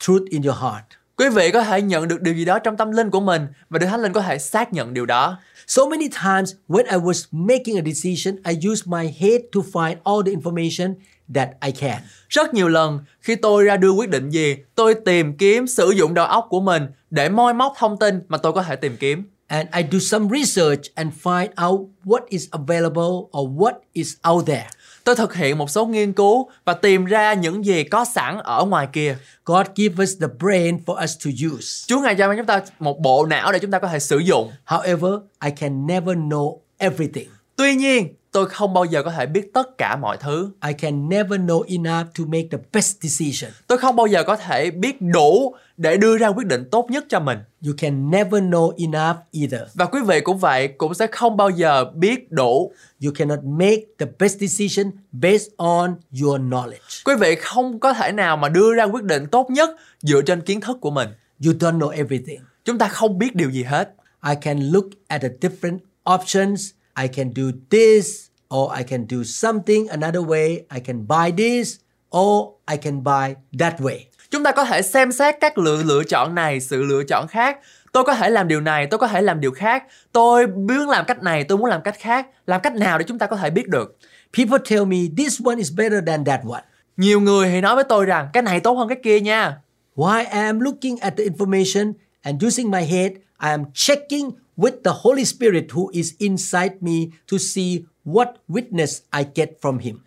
Speaker 2: truth in your heart.
Speaker 1: Quý vị có thể nhận được điều gì đó trong tâm linh của mình và Đức Thánh Linh có thể xác nhận điều đó.
Speaker 2: So many times when I was making a decision, I used my head to find all the information that I can.
Speaker 1: Rất nhiều lần khi tôi ra đưa quyết định gì, tôi tìm kiếm sử dụng đầu óc của mình để moi móc thông tin mà tôi có thể tìm kiếm.
Speaker 2: And I do some research and find out what is available or what is out there.
Speaker 1: Tôi thực hiện một số nghiên cứu và tìm ra những gì có sẵn ở ngoài kia.
Speaker 2: God give us the brain for us to use.
Speaker 1: Chúa Ngài cho chúng ta một bộ não để chúng ta có thể sử dụng.
Speaker 2: However, I can never know everything.
Speaker 1: Tuy nhiên, tôi không bao giờ có thể biết tất cả mọi thứ.
Speaker 2: I can never know enough to make the best decision.
Speaker 1: Tôi không bao giờ có thể biết đủ để đưa ra quyết định tốt nhất cho mình.
Speaker 2: You can never know enough either.
Speaker 1: Và quý vị cũng vậy, cũng sẽ không bao giờ biết đủ.
Speaker 2: You cannot make the best decision based on your knowledge.
Speaker 1: Quý vị không có thể nào mà đưa ra quyết định tốt nhất dựa trên kiến thức của mình.
Speaker 2: You don't know everything.
Speaker 1: Chúng ta không biết điều gì hết.
Speaker 2: I can look at the different options. I can do this, or I can do something another way. I can buy this, or I can buy that way.
Speaker 1: Chúng ta có thể xem xét các lựa lựa chọn này, sự lựa chọn khác. Tôi có thể làm điều này, tôi có thể làm điều khác. Tôi muốn làm cách này, tôi muốn làm cách khác. Làm cách nào để chúng ta có thể biết được?
Speaker 2: People tell me this one is better than that one.
Speaker 1: Nhiều người thì nói với tôi rằng cái này tốt hơn cái kia nha.
Speaker 2: While I am looking at the information and using my head, I am checking with the Holy Spirit who is inside me to see what witness I get from Him.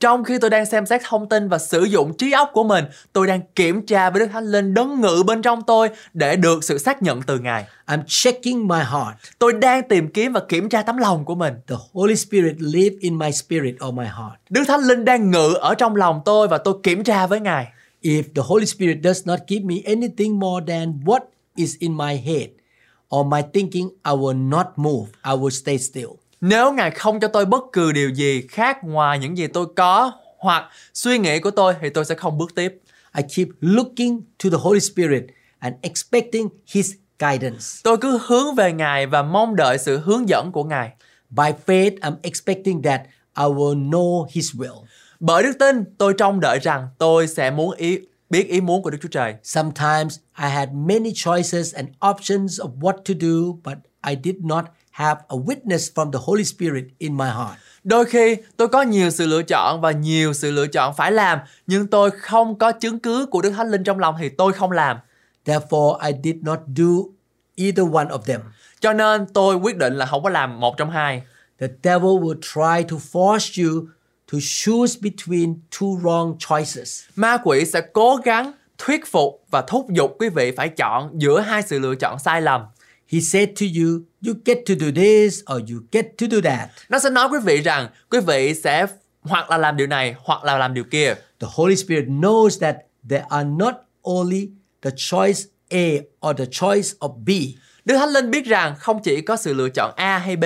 Speaker 1: Trong khi tôi đang xem xét thông tin và sử dụng trí óc của mình, tôi đang kiểm tra với Đức Thánh Linh đấng ngự bên trong tôi để được sự xác nhận từ Ngài.
Speaker 2: I'm checking my heart.
Speaker 1: Tôi đang tìm kiếm và kiểm tra tấm lòng của mình.
Speaker 2: The Holy Spirit live in my spirit or my heart.
Speaker 1: Đức Thánh Linh đang ngự ở trong lòng tôi và tôi kiểm tra với Ngài.
Speaker 2: If the Holy Spirit does not give me anything more than what is in my head or my thinking, I will not move. I will stay still.
Speaker 1: Nếu Ngài không cho tôi bất cứ điều gì khác ngoài những gì tôi có hoặc suy nghĩ của tôi thì tôi sẽ không bước tiếp.
Speaker 2: I keep looking to the Holy Spirit and expecting His guidance.
Speaker 1: Tôi cứ hướng về Ngài và mong đợi sự hướng dẫn của Ngài.
Speaker 2: By faith, I'm expecting that I will know His will.
Speaker 1: Bởi đức tin, tôi trông đợi rằng tôi sẽ muốn ý biết ý muốn của Đức Chúa Trời.
Speaker 2: Sometimes I had many choices and options of what to do, but I did not have a witness from the Holy Spirit in my heart.
Speaker 1: Đôi khi tôi có nhiều sự lựa chọn và nhiều sự lựa chọn phải làm, nhưng tôi không có chứng cứ của Đức Thánh Linh trong lòng thì tôi không làm.
Speaker 2: Therefore, I did not do either one of them.
Speaker 1: Cho nên tôi quyết định là không có làm một trong hai.
Speaker 2: The devil will try to force you to choose between two wrong choices.
Speaker 1: Ma quỷ sẽ cố gắng thuyết phục và thúc giục quý vị phải chọn giữa hai sự lựa chọn sai lầm.
Speaker 2: He said to you, You get to do this or you get to do that.
Speaker 1: Nó sẽ nói quý vị rằng quý vị sẽ hoặc là làm điều này hoặc là làm điều kia.
Speaker 2: The Holy Spirit knows that there are not only the choice A or the choice of B.
Speaker 1: Đức Thánh Linh biết rằng không chỉ có sự lựa chọn A hay B.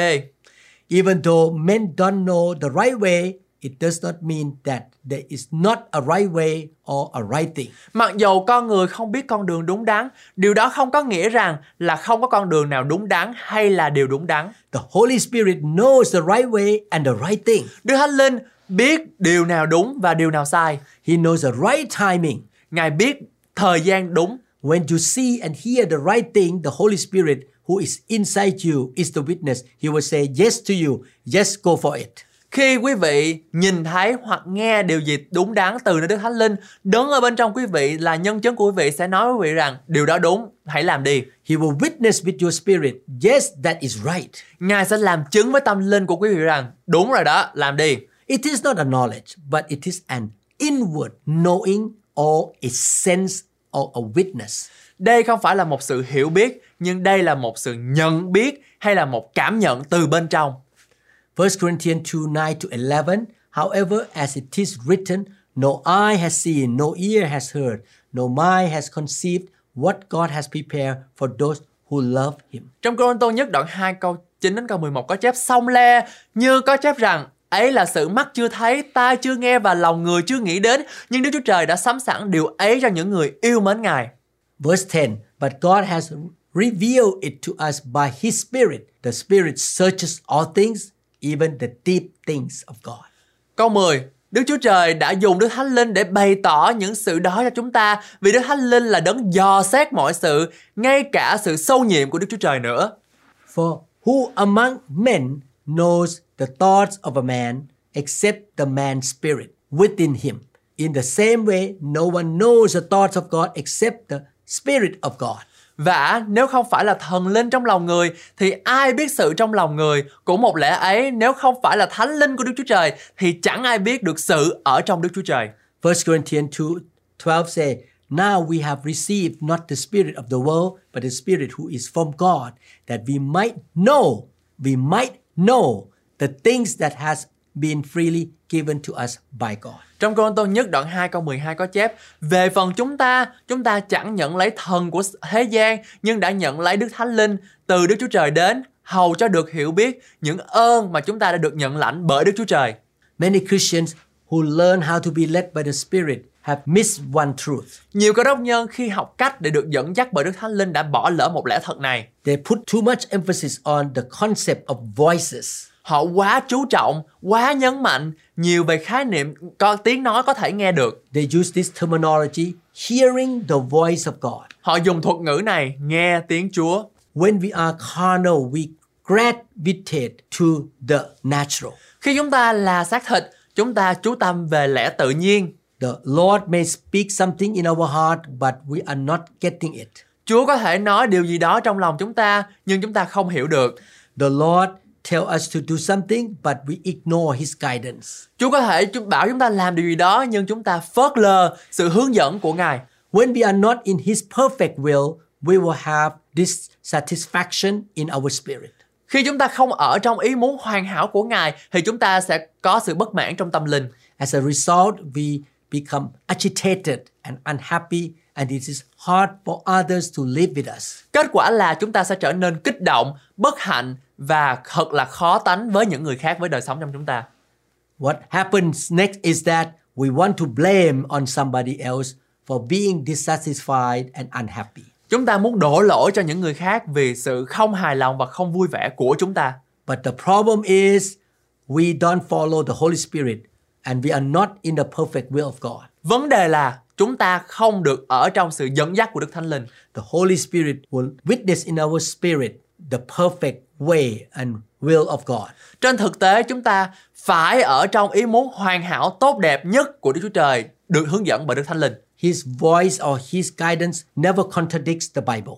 Speaker 2: Even though men don't know the right way, it does not mean that there is not a right way or a right thing.
Speaker 1: Mặc dầu con người không biết con đường đúng đắn, điều đó không có nghĩa rằng là không có con đường nào đúng đắn hay là điều đúng đắn.
Speaker 2: The Holy Spirit knows the right way and the right thing.
Speaker 1: Đức Thánh Linh biết điều nào đúng và điều nào sai.
Speaker 2: He knows the right timing.
Speaker 1: Ngài biết thời gian đúng.
Speaker 2: When you see and hear the right thing, the Holy Spirit who is inside you is the witness. He will say yes to you. Yes, go for it.
Speaker 1: Khi quý vị nhìn thấy hoặc nghe điều gì đúng đắn từ nơi Đức Thánh Linh, đứng ở bên trong quý vị là nhân chứng của quý vị sẽ nói với quý vị rằng điều đó đúng, hãy làm đi.
Speaker 2: He will witness with your spirit. Yes, that is right.
Speaker 1: Ngài sẽ làm chứng với tâm linh của quý vị rằng đúng rồi đó, làm đi.
Speaker 2: It is not a knowledge, but it is an inward knowing or a sense or a witness.
Speaker 1: Đây không phải là một sự hiểu biết, nhưng đây là một sự nhận biết hay là một cảm nhận từ bên trong.
Speaker 2: 1 Corinthians 2 9 to 11. However, as it is written, no eye has seen, no ear has heard, no mind has conceived what God has prepared for those who love Him.
Speaker 1: Trong Cô Tô nhất đoạn 2 câu 9 đến câu 11 có chép xong le như có chép rằng ấy là sự mắt chưa thấy, tai chưa nghe và lòng người chưa nghĩ đến, nhưng Đức Chúa Trời đã sắm sẵn điều ấy cho những người yêu mến Ngài.
Speaker 2: Verse 10 But God has revealed it to us by His Spirit. The Spirit searches all things, even the deep things of God.
Speaker 1: Câu 10 Đức Chúa Trời đã dùng Đức Thánh Linh để bày tỏ những sự đó cho chúng ta vì Đức Thánh Linh là đấng dò xét mọi sự, ngay cả sự sâu nhiệm của Đức Chúa Trời nữa.
Speaker 2: For who among men knows the thoughts of a man except the man's spirit within him? In the same way, no one knows the thoughts of God except the Spirit of God.
Speaker 1: Vả nếu không phải là thần linh trong lòng người thì ai biết sự trong lòng người Cũng một lẽ ấy nếu không phải là thánh linh của Đức Chúa Trời thì chẳng ai biết được sự ở trong Đức Chúa Trời
Speaker 2: 1 Corinthians 2 12 says, Now we have received not the Spirit of the world, but the Spirit who is from God, that we might know, we might know the things that has been freely given to us by God.
Speaker 1: Trong Cô Tô nhất đoạn 2 câu 12 có chép Về phần chúng ta, chúng ta chẳng nhận lấy thần của thế gian Nhưng đã nhận lấy Đức Thánh Linh từ Đức Chúa Trời đến Hầu cho được hiểu biết những ơn mà chúng ta đã được nhận lãnh bởi Đức Chúa Trời
Speaker 2: Many Christians who learn how to be led by the Spirit have missed one truth.
Speaker 1: Nhiều cơ đốc nhân khi học cách để được dẫn dắt bởi Đức Thánh Linh đã bỏ lỡ một lẽ thật này
Speaker 2: They put too much emphasis on the concept of voices.
Speaker 1: Họ quá chú trọng, quá nhấn mạnh Nhiều về khái niệm có tiếng nói có thể nghe được
Speaker 2: They use this terminology, hearing the voice of God.
Speaker 1: Họ dùng thuật ngữ này nghe tiếng Chúa.
Speaker 2: When we are carnal, we gravitate to the natural.
Speaker 1: Khi chúng ta là xác thịt, chúng ta chú tâm về lẽ tự nhiên.
Speaker 2: The Lord may speak something in our heart, but we are not getting it.
Speaker 1: Chúa có thể nói điều gì đó trong lòng chúng ta nhưng chúng ta không hiểu được.
Speaker 2: The Lord tell us to do something, but we ignore his guidance.
Speaker 1: Chúa có thể chú- bảo chúng ta làm điều gì đó nhưng chúng ta phớt lờ sự hướng dẫn của Ngài.
Speaker 2: When we are not in his perfect will, we will have dissatisfaction in our spirit.
Speaker 1: Khi chúng ta không ở trong ý muốn hoàn hảo của Ngài thì chúng ta sẽ có sự bất mãn trong tâm linh.
Speaker 2: As a result, we become agitated and unhappy, and it is hard for others to live with us.
Speaker 1: Kết quả là chúng ta sẽ trở nên kích động, bất hạnh và thật là khó tánh với những người khác với đời sống trong chúng ta.
Speaker 2: What happens next is that we want to blame on somebody else for being dissatisfied and unhappy.
Speaker 1: Chúng ta muốn đổ lỗi cho những người khác vì sự không hài lòng và không vui vẻ của chúng ta.
Speaker 2: But the problem is we don't follow the Holy Spirit and we are not in the perfect will of God.
Speaker 1: Vấn đề là chúng ta không được ở trong sự dẫn dắt của Đức Thánh Linh.
Speaker 2: The Holy Spirit will witness in our spirit the perfect way and will of God.
Speaker 1: Trên thực tế chúng ta phải ở trong ý muốn hoàn hảo tốt đẹp nhất của Đức Chúa Trời được hướng dẫn bởi Đức Thánh Linh.
Speaker 2: His voice or his guidance never contradicts the Bible.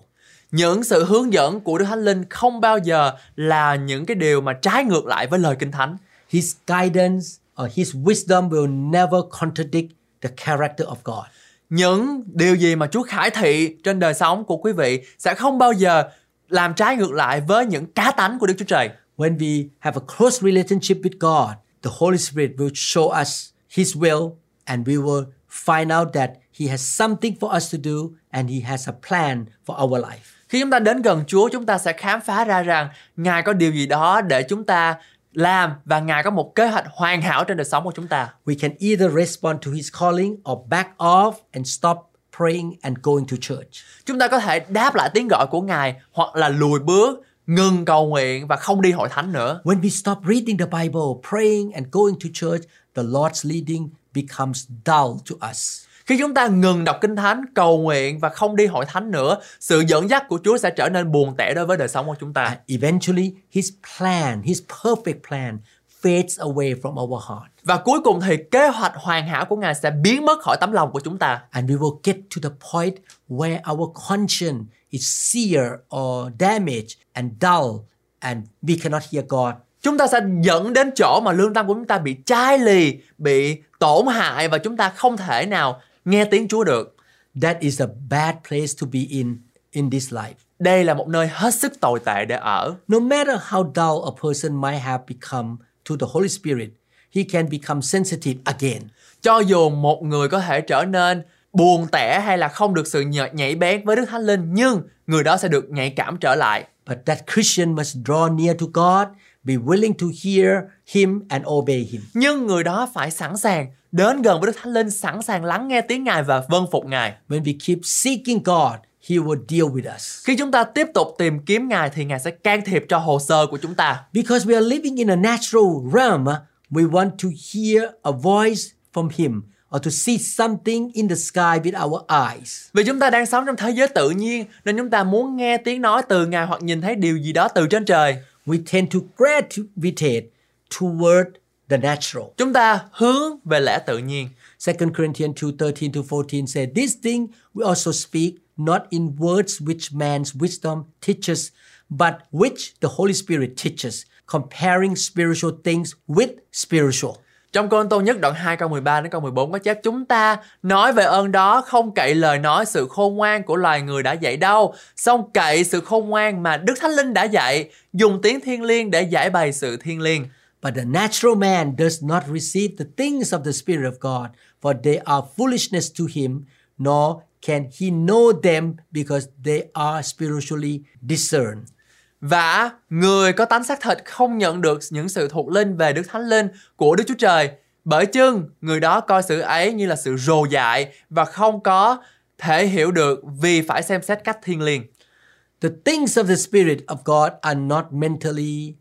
Speaker 1: Những sự hướng dẫn của Đức Thánh Linh không bao giờ là những cái điều mà trái ngược lại với lời Kinh Thánh.
Speaker 2: His guidance or his wisdom will never contradict the character of God.
Speaker 1: Những điều gì mà Chúa khải thị trên đời sống của quý vị sẽ không bao giờ làm trái ngược lại với những cá tánh của Đức Chúa Trời.
Speaker 2: When we have a close relationship with God, the Holy Spirit will show us His will and we will find out that He has something for us to do and He has a plan for our life.
Speaker 1: Khi chúng ta đến gần Chúa, chúng ta sẽ khám phá ra rằng Ngài có điều gì đó để chúng ta làm và Ngài có một kế hoạch hoàn hảo trên đời sống của chúng ta.
Speaker 2: We can either respond to His calling or back off and stop praying and going to church.
Speaker 1: Chúng ta có thể đáp lại tiếng gọi của Ngài hoặc là lùi bước, ngừng cầu nguyện và không đi hội thánh nữa.
Speaker 2: When we stop reading the Bible, praying, and going to church, the Lord's leading becomes dull to us.
Speaker 1: Khi chúng ta ngừng đọc Kinh Thánh, cầu nguyện và không đi hội thánh nữa, sự dẫn dắt của Chúa sẽ trở nên buồn tẻ đối với đời sống của chúng ta.
Speaker 2: And eventually, His plan, His perfect plan, fades away from our heart.
Speaker 1: Và cuối cùng thì kế hoạch hoàn hảo của Ngài sẽ biến mất khỏi tấm lòng của chúng ta.
Speaker 2: And we will get to the point where our conscience is seared or damaged and dull, and we cannot hear God
Speaker 1: chúng ta sẽ dẫn đến chỗ mà lương tâm của chúng ta bị chai lì, bị tổn hại và chúng ta không thể nào nghe tiếng Chúa được.
Speaker 2: That is a bad place to be in in this life.
Speaker 1: Đây là một nơi hết sức tồi tệ để ở.
Speaker 2: No matter how dull a person might have become to the Holy Spirit, he can become sensitive again.
Speaker 1: Cho dù một người có thể trở nên buồn tẻ hay là không được sự nhạy, nhạy bén với Đức Thánh Linh nhưng người đó sẽ được nhạy cảm trở lại.
Speaker 2: But that Christian must draw near to God, be willing to hear Him and obey Him.
Speaker 1: Nhưng người đó phải sẵn sàng đến gần với Đức Thánh Linh, sẵn sàng lắng nghe tiếng Ngài và vâng phục Ngài.
Speaker 2: When we keep seeking God, He will deal with us.
Speaker 1: Khi chúng ta tiếp tục tìm kiếm Ngài thì Ngài sẽ can thiệp cho hồ sơ của chúng ta.
Speaker 2: Because we are living in a natural realm, we want to hear a voice from Him or to see something in the sky with our eyes.
Speaker 1: Vì chúng ta đang sống trong thế giới tự nhiên nên chúng ta muốn nghe tiếng nói từ Ngài hoặc nhìn thấy điều gì đó từ trên trời.
Speaker 2: We tend to gravitate toward the natural.
Speaker 1: Chúng ta hướng về lẽ tự nhiên.
Speaker 2: 2 Corinthians 2 13 to 14 says, This thing we also speak, not in words which man's wisdom teaches, but which the Holy Spirit teaches, comparing spiritual things with spiritual.
Speaker 1: Trong Côn Tô nhất đoạn 2 câu 13 đến câu 14 có chép chúng ta nói về ơn đó không cậy lời nói sự khôn ngoan của loài người đã dạy đâu, song cậy sự khôn ngoan mà Đức Thánh Linh đã dạy, dùng tiếng thiên liêng để giải bày sự thiên liêng.
Speaker 2: But the natural man does not receive the things of the Spirit of God, for they are foolishness to him, nor can he know them because they are spiritually discerned.
Speaker 1: Và người có tánh xác thịt không nhận được những sự thuộc linh về Đức Thánh Linh của Đức Chúa Trời. Bởi chưng, người đó coi sự ấy như là sự rồ dại và không có thể hiểu được vì phải xem xét cách thiên liêng.
Speaker 2: The things of the Spirit of God are not mentally,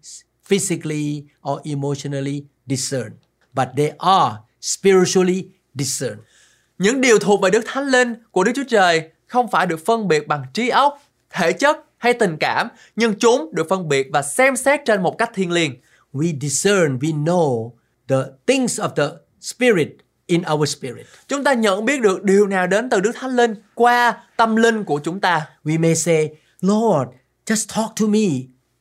Speaker 2: physically, or emotionally discerned, but they are spiritually discerned.
Speaker 1: Những điều thuộc về Đức Thánh Linh của Đức Chúa Trời không phải được phân biệt bằng trí óc, thể chất hay tình cảm, nhưng chúng được phân biệt và xem xét trên một cách thiêng liêng.
Speaker 2: We discern, we know the things of the Spirit in our spirit.
Speaker 1: Chúng ta nhận biết được điều nào đến từ Đức Thánh Linh qua tâm linh của chúng ta.
Speaker 2: We may say, Lord, just talk to me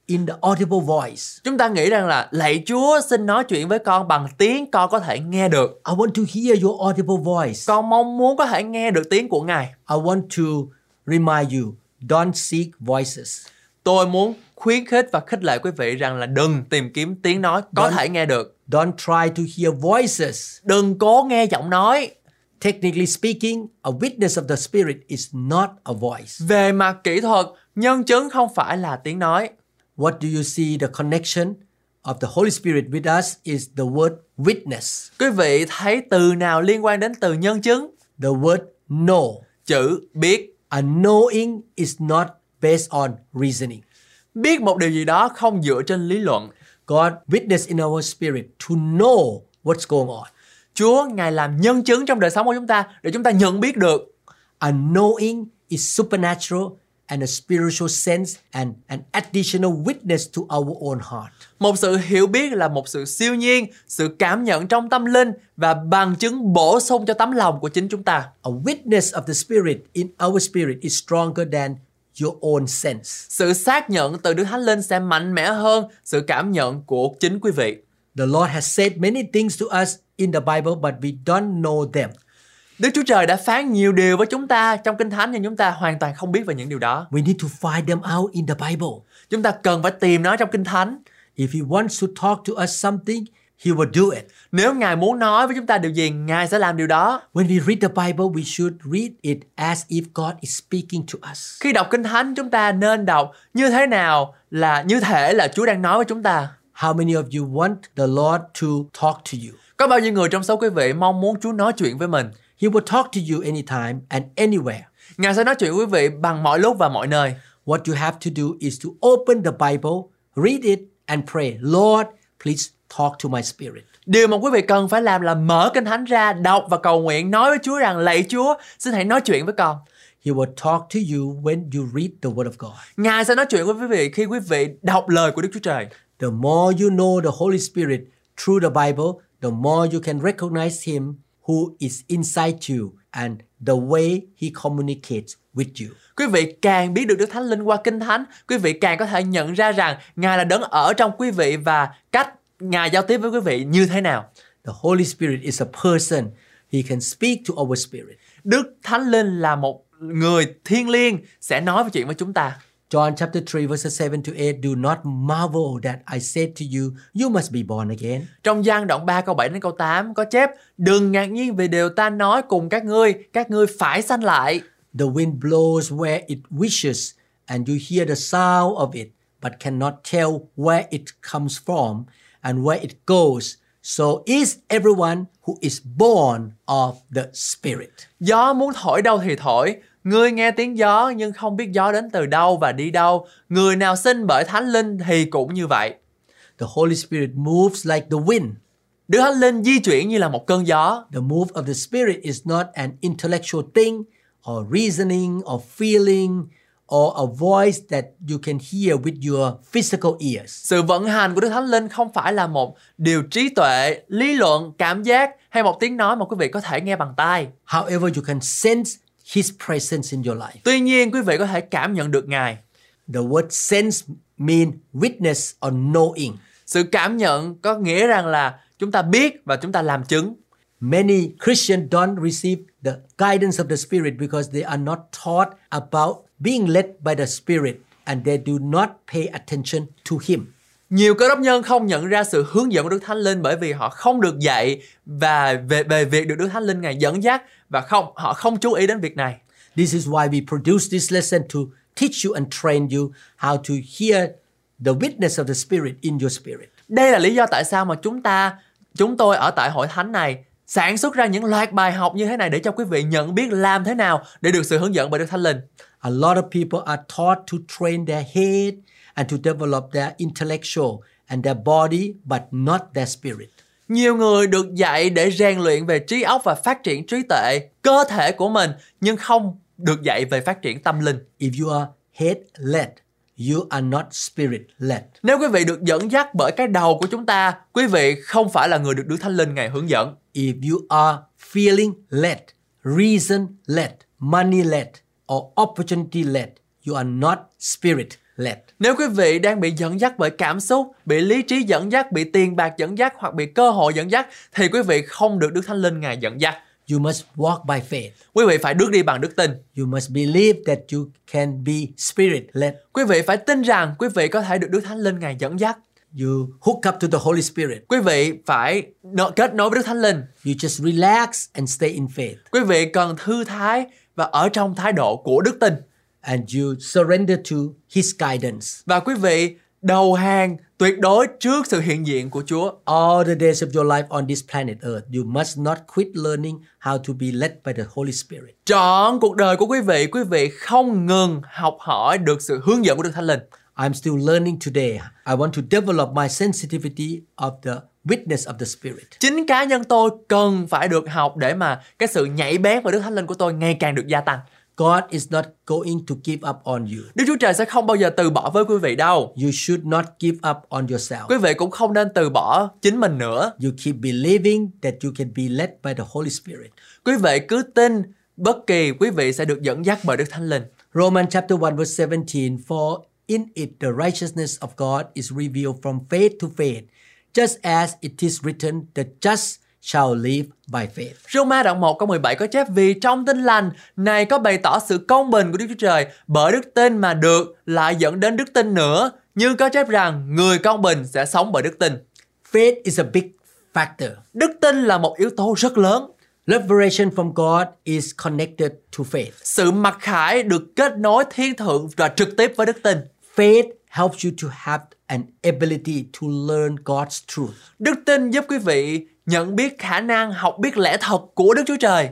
Speaker 2: in the audible voice.
Speaker 1: Chúng ta nghĩ rằng là lạy Chúa xin nói chuyện với con bằng tiếng con có thể nghe được.
Speaker 2: I want to hear your audible voice.
Speaker 1: Con mong muốn có thể nghe được tiếng của Ngài.
Speaker 2: I want to remind you don't seek voices.
Speaker 1: Tôi muốn khuyến khích và khích lệ quý vị rằng là đừng tìm kiếm tiếng nói có
Speaker 2: Đúng.
Speaker 1: thể nghe được.
Speaker 2: Don't try to hear voices.
Speaker 1: Đừng cố nghe giọng nói.
Speaker 2: Technically speaking, a witness of the Spirit is not a voice.
Speaker 1: Về mặt kỹ thuật, nhân chứng không phải là tiếng nói.
Speaker 2: What do you see the connection of the Holy Spirit with us is the word witness,
Speaker 1: Quý vị thấy từ nào liên quan đến từ nhân chứng?
Speaker 2: the word know.
Speaker 1: Chữ biết.
Speaker 2: A knowing is not based on reasoning.
Speaker 1: Biết một điều gì đó không dựa trên lý luận.
Speaker 2: God witness in our spirit to know what's going on.
Speaker 1: Chúa Ngài làm nhân chứng trong đời sống của chúng ta để chúng ta nhận biết được
Speaker 2: A knowing is supernatural and a spiritual sense and an additional witness to our own heart.
Speaker 1: Một sự hiểu biết là một sự siêu nhiên, sự cảm nhận trong tâm linh và bằng chứng bổ sung cho tấm lòng của chính chúng ta.
Speaker 2: A witness of the Spirit in our spirit is stronger than your own sense.
Speaker 1: Sự xác nhận từ Đức Thánh Linh sẽ mạnh mẽ hơn sự cảm nhận của chính quý vị.
Speaker 2: The Lord has said many things to us in the Bible, but we don't know them.
Speaker 1: Đức Chúa Trời đã phán nhiều điều với chúng ta trong Kinh Thánh nhưng chúng ta hoàn toàn không biết về những điều đó.
Speaker 2: We need to find them out in the Bible.
Speaker 1: Chúng ta cần phải tìm nó trong Kinh Thánh.
Speaker 2: If He wants to talk to us something, He will do it.
Speaker 1: Nếu Ngài muốn nói với chúng ta điều gì, Ngài sẽ làm điều đó.
Speaker 2: When we read the Bible, we should read it as if God is speaking to us.
Speaker 1: Khi đọc Kinh Thánh chúng ta nên đọc như thế nào là như thể là Chúa đang nói với chúng ta.
Speaker 2: How many of you want the Lord to talk to you?
Speaker 1: Có bao nhiêu người trong số quý vị mong muốn Chúa nói chuyện với mình?
Speaker 2: He will talk to you anytime and anywhere.
Speaker 1: Ngài sẽ nói chuyện với quý vị bằng mọi lúc và mọi nơi.
Speaker 2: What you have to do is to open the Bible, read it, and pray, Lord, please talk to my spirit.
Speaker 1: Điều mà quý vị cần phải làm là mở kinh thánh ra, đọc và cầu nguyện, nói với Chúa rằng lạy Chúa, xin hãy nói chuyện với con.
Speaker 2: He will talk to you when you read the Word of God.
Speaker 1: Ngài sẽ nói chuyện với quý vị khi quý vị đọc lời của Đức Chúa Trời.
Speaker 2: The more you know the Holy Spirit through the Bible, the more you can recognize Him who is inside you and the way He communicates with you.
Speaker 1: Quý vị càng biết được Đức Thánh Linh qua Kinh Thánh, quý vị càng có thể nhận ra rằng Ngài là đấng ở trong quý vị và cách Ngài giao tiếp với quý vị như thế nào.
Speaker 2: The Holy Spirit is a person. He can speak to our spirit.
Speaker 1: Đức Thánh Linh là một người thiên liêng sẽ nói với chuyện với chúng ta.
Speaker 2: John chapter 3 verses 7 to 8 Do not marvel that I said to you you must be born again.
Speaker 1: Trong gian đoạn 3 câu 7 đến câu 8 có chép Đừng ngạc nhiên vì điều ta nói cùng các ngươi, các ngươi phải sanh lại.
Speaker 2: The wind blows where it wishes and you hear the sound of it but cannot tell where it comes from and where it goes. So is everyone who is born of the spirit.
Speaker 1: Gió muốn thổi đâu thì thổi, người nghe tiếng gió nhưng không biết gió đến từ đâu và đi đâu. Người nào sinh bởi Thánh Linh thì cũng như vậy.
Speaker 2: The Holy Spirit moves like the wind.
Speaker 1: Đức Thánh Linh di chuyển như là một cơn gió.
Speaker 2: The move of the Spirit is not an intellectual thing or reasoning or feeling or a voice that you can hear with your physical ears.
Speaker 1: Sự vận hành của Đức Thánh Linh không phải là một điều trí tuệ, lý luận, cảm giác hay một tiếng nói mà quý vị có thể nghe bằng tai.
Speaker 2: However, you can sense His presence in your life.
Speaker 1: Tuy nhiên quý vị có thể cảm nhận được Ngài.
Speaker 2: The word sense mean witness or knowing.
Speaker 1: Sự cảm nhận có nghĩa rằng là chúng ta biết và chúng ta làm chứng.
Speaker 2: Many Christians don't receive the guidance of the Spirit because they are not taught about being led by the Spirit and they do not pay attention to Him.
Speaker 1: Nhiều cơ đốc nhân không nhận ra sự hướng dẫn của Đức Thánh Linh bởi vì họ không được dạy và về về việc được Đức Thánh Linh ngài dẫn dắt và không họ không chú ý đến việc này.
Speaker 2: This is why we produce this lesson to teach you and train you how to hear the witness of the Spirit in your spirit.
Speaker 1: Đây là lý do tại sao mà chúng ta chúng tôi ở tại hội thánh này sản xuất ra những loạt bài học như thế này để cho quý vị nhận biết làm thế nào để được sự hướng dẫn bởi Đức Thánh Linh.
Speaker 2: A lot of people are taught to train their head and to develop their intellectual and their body, but not their spirit.
Speaker 1: Nhiều người được dạy để rèn luyện về trí óc và phát triển trí tuệ, cơ thể của mình nhưng không được dạy về phát triển tâm linh.
Speaker 2: If you are head led, you are not spirit led.
Speaker 1: Nếu quý vị được dẫn dắt bởi cái đầu của chúng ta, quý vị không phải là người được Đức Thánh Linh ngày hướng dẫn.
Speaker 2: If you are feeling led, reason led, money led, or opportunity led, you are not spirit led.
Speaker 1: Nếu quý vị đang bị dẫn dắt bởi cảm xúc, bị lý trí dẫn dắt, bị tiền bạc dẫn dắt hoặc bị cơ hội dẫn dắt thì quý vị không được Đức Thánh Linh ngài dẫn dắt.
Speaker 2: You must walk by faith.
Speaker 1: Quý vị phải bước đi bằng đức tin.
Speaker 2: You must believe that you can be spirit led.
Speaker 1: Quý vị phải tin rằng quý vị có thể được Đức Thánh Linh ngài dẫn dắt.
Speaker 2: You hook up to the Holy Spirit.
Speaker 1: Quý vị phải nó- kết nối với Đức Thánh Linh.
Speaker 2: You just relax and stay in faith.
Speaker 1: Quý vị cần thư thái và ở trong thái độ của đức tin
Speaker 2: And you surrender to His guidance.
Speaker 1: và quý vị đầu hàng tuyệt đối trước sự hiện diện của Chúa.
Speaker 2: All the days of your life on this planet Earth, you must not quit learning how to be led by the Holy Spirit.
Speaker 1: Trọn cuộc đời của quý vị, quý vị không ngừng học hỏi được sự hướng dẫn của Đức Thánh Linh.
Speaker 2: I'm still learning today. I want to develop my sensitivity of the witness of the Spirit.
Speaker 1: Chính cá nhân tôi cần phải được học để mà cái sự nhạy bén và Đức Thánh Linh của tôi ngày càng được gia tăng.
Speaker 2: God is not going to give up on you.
Speaker 1: Đức Chúa Trời sẽ không bao giờ từ bỏ với quý vị đâu.
Speaker 2: You should not give up on yourself.
Speaker 1: Quý vị cũng không nên từ bỏ chính mình nữa.
Speaker 2: You keep believing that you can be led by the Holy Spirit.
Speaker 1: Quý vị cứ tin bất kỳ quý vị sẽ được dẫn dắt bởi Đức Thánh Linh.
Speaker 2: Romans chapter 1 verse 17 For in it the righteousness of God is revealed from faith to faith, just as it is written, the just shall live by faith.
Speaker 1: Roma đoạn 1 câu 17 có chép vì trong tin lành này có bày tỏ sự công bình của Đức Chúa Trời bởi đức tin mà được lại dẫn đến đức tin nữa. Nhưng có chép rằng người công bình sẽ sống bởi đức tin.
Speaker 2: Faith is a big factor.
Speaker 1: Đức tin là một yếu tố rất lớn.
Speaker 2: Revelation from God is connected to faith.
Speaker 1: Sự mặc khải được kết nối thiên thượng và trực tiếp với đức tin.
Speaker 2: Faith helps you to have an ability to learn God's truth.
Speaker 1: Đức tin giúp quý vị nhận biết khả năng học biết lẽ thật của Đức Chúa Trời.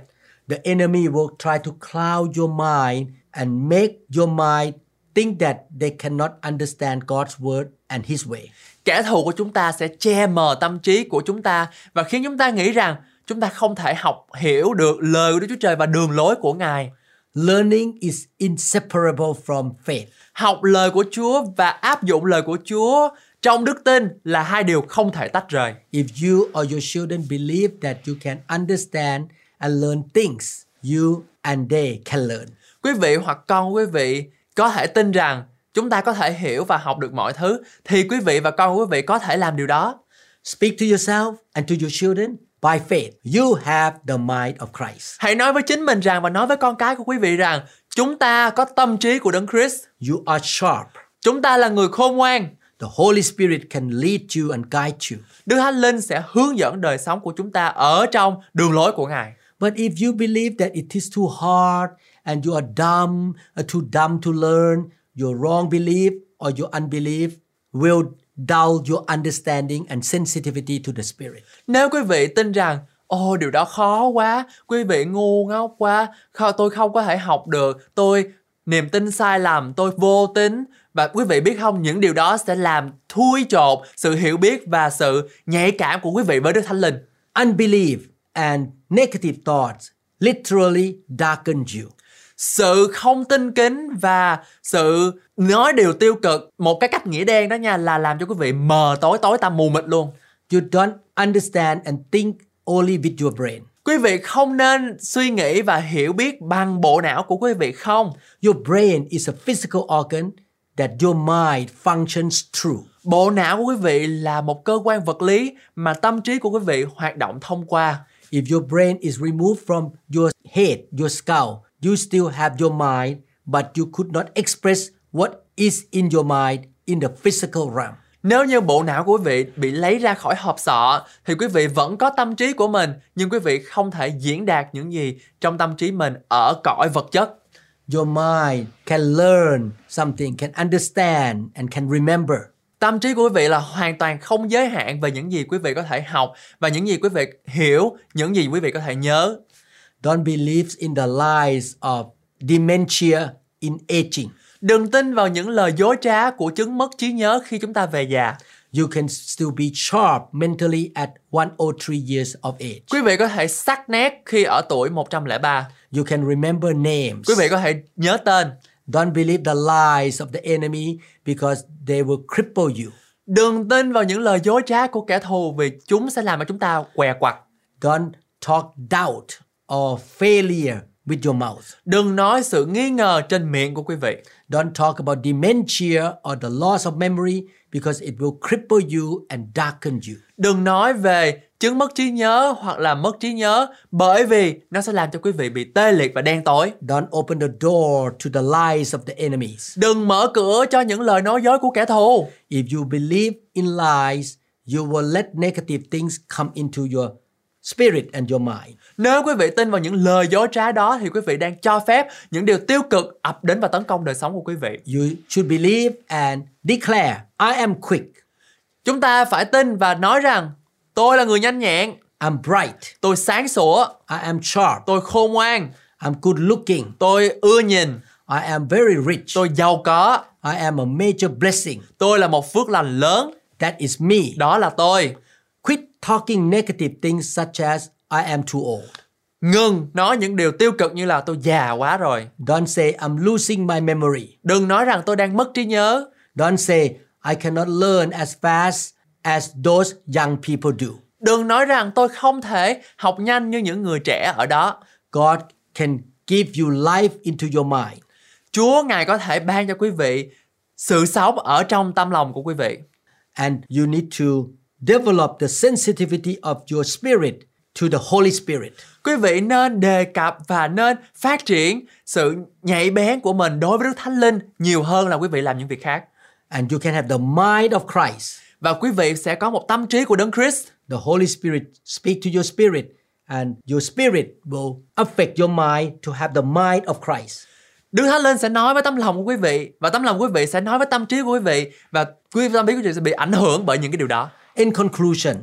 Speaker 2: The enemy will try to cloud your mind and make your mind think that they cannot understand God's word and his way.
Speaker 1: Kẻ thù của chúng ta sẽ che mờ tâm trí của chúng ta và khiến chúng ta nghĩ rằng chúng ta không thể học hiểu được lời của Đức Chúa Trời và đường lối của Ngài.
Speaker 2: Learning is inseparable from faith.
Speaker 1: Học lời của Chúa và áp dụng lời của Chúa trong đức tin là hai điều không thể tách rời.
Speaker 2: If you or your children believe that you can understand and learn things, you and they can learn.
Speaker 1: Quý vị hoặc con của quý vị có thể tin rằng chúng ta có thể hiểu và học được mọi thứ thì quý vị và con của quý vị có thể làm điều đó.
Speaker 2: Speak to yourself and to your children by faith. You have the mind of Christ.
Speaker 1: Hãy nói với chính mình rằng và nói với con cái của quý vị rằng chúng ta có tâm trí của Đấng Christ.
Speaker 2: You are sharp.
Speaker 1: Chúng ta là người khôn ngoan.
Speaker 2: The Holy Spirit can lead you and guide you.
Speaker 1: Đức Thánh Linh sẽ hướng dẫn đời sống của chúng ta ở trong đường lối của Ngài.
Speaker 2: But if you believe that it is too hard and you are dumb, uh, too dumb to learn, your wrong belief or your unbelief will dull your understanding and sensitivity to the Spirit.
Speaker 1: Nếu quý vị tin rằng Ồ điều đó khó quá, quý vị ngu ngốc quá, kho- tôi không có thể học được, tôi niềm tin sai lầm, tôi vô tính và quý vị biết không những điều đó sẽ làm thui chột sự hiểu biết và sự nhạy cảm của quý vị với Đức Thánh Linh.
Speaker 2: Unbelief and negative thoughts literally darken you.
Speaker 1: Sự không tin kính và sự nói điều tiêu cực một cái cách nghĩa đen đó nha là làm cho quý vị mờ tối tối tăm mù mịt luôn.
Speaker 2: You don't understand and think only with your brain.
Speaker 1: Quý vị không nên suy nghĩ và hiểu biết bằng bộ não của quý vị không.
Speaker 2: Your brain is a physical organ that your mind functions through.
Speaker 1: Bộ não của quý vị là một cơ quan vật lý mà tâm trí của quý vị hoạt động thông qua.
Speaker 2: If your brain is removed from your head, your skull, you still have your mind, but you could not express what is in your mind in the physical realm.
Speaker 1: Nếu như bộ não của quý vị bị lấy ra khỏi hộp sọ thì quý vị vẫn có tâm trí của mình nhưng quý vị không thể diễn đạt những gì trong tâm trí mình ở cõi vật chất.
Speaker 2: Your mind can learn something, can understand, and can remember.
Speaker 1: Tâm trí của quý vị là hoàn toàn không giới hạn về những gì quý vị có thể học và những gì quý vị hiểu, những gì quý vị có thể nhớ.
Speaker 2: Don't believe in the lies of dementia in aging.
Speaker 1: Đừng tin vào những lời dối trá của chứng mất trí nhớ khi chúng ta về già.
Speaker 2: You can still be sharp mentally at 103 years of age.
Speaker 1: Quý vị có thể sắc nét khi ở tuổi 103.
Speaker 2: You can remember names.
Speaker 1: Quý vị có thể nhớ tên.
Speaker 2: Don't believe the lies of the enemy because they will cripple you.
Speaker 1: Đừng tin vào những lời dối trá của kẻ thù vì chúng sẽ làm cho chúng ta què quặt.
Speaker 2: Don't talk doubt or failure with your mouth.
Speaker 1: Đừng nói sự nghi ngờ trên miệng của quý vị.
Speaker 2: Don't talk about dementia or the loss of memory because it will cripple you and darken you.
Speaker 1: Đừng nói về chứng mất trí nhớ hoặc là mất trí nhớ bởi vì nó sẽ làm cho quý vị bị tê liệt và đen tối.
Speaker 2: Don't open the door to the lies of the enemies.
Speaker 1: Đừng mở cửa cho những lời nói dối của kẻ thù.
Speaker 2: If you believe in lies, you will let negative things come into your spirit and your mind.
Speaker 1: Nếu quý vị tin vào những lời dối trá đó thì quý vị đang cho phép những điều tiêu cực ập đến và tấn công đời sống của quý vị.
Speaker 2: You should believe and declare, I am quick,
Speaker 1: Chúng ta phải tin và nói rằng tôi là người nhanh nhẹn,
Speaker 2: I'm bright,
Speaker 1: tôi sáng sủa,
Speaker 2: I am sharp,
Speaker 1: tôi khôn ngoan,
Speaker 2: I'm good looking,
Speaker 1: tôi ưa nhìn,
Speaker 2: I am very rich,
Speaker 1: tôi giàu có,
Speaker 2: I am a major blessing.
Speaker 1: tôi là một phước lành lớn,
Speaker 2: That is me.
Speaker 1: đó là tôi.
Speaker 2: Quit talking negative things such as I am too old.
Speaker 1: Ngừng nói những điều tiêu cực như là tôi già quá rồi.
Speaker 2: Don't say I'm losing my memory.
Speaker 1: Đừng nói rằng tôi đang mất trí nhớ.
Speaker 2: Don't say I cannot learn as fast as those young people do.
Speaker 1: Đừng nói rằng tôi không thể học nhanh như những người trẻ ở đó.
Speaker 2: God can give you life into your mind.
Speaker 1: Chúa Ngài có thể ban cho quý vị sự sống ở trong tâm lòng của quý vị.
Speaker 2: And you need to develop the sensitivity of your spirit to the Holy Spirit.
Speaker 1: Quý vị nên đề cập và nên phát triển sự nhạy bén của mình đối với Đức Thánh Linh nhiều hơn là quý vị làm những việc khác.
Speaker 2: And you can have the mind of Christ.
Speaker 1: Và quý vị sẽ có một tâm trí của Đấng Christ.
Speaker 2: The Holy Spirit speak to your spirit and your spirit will affect your mind to have the mind of Christ.
Speaker 1: Đức Thánh Linh sẽ nói với tấm lòng của quý vị và tấm lòng của quý vị sẽ nói với tâm trí của quý vị và quý tâm trí của quý vị sẽ bị ảnh hưởng bởi những cái điều đó.
Speaker 2: In conclusion,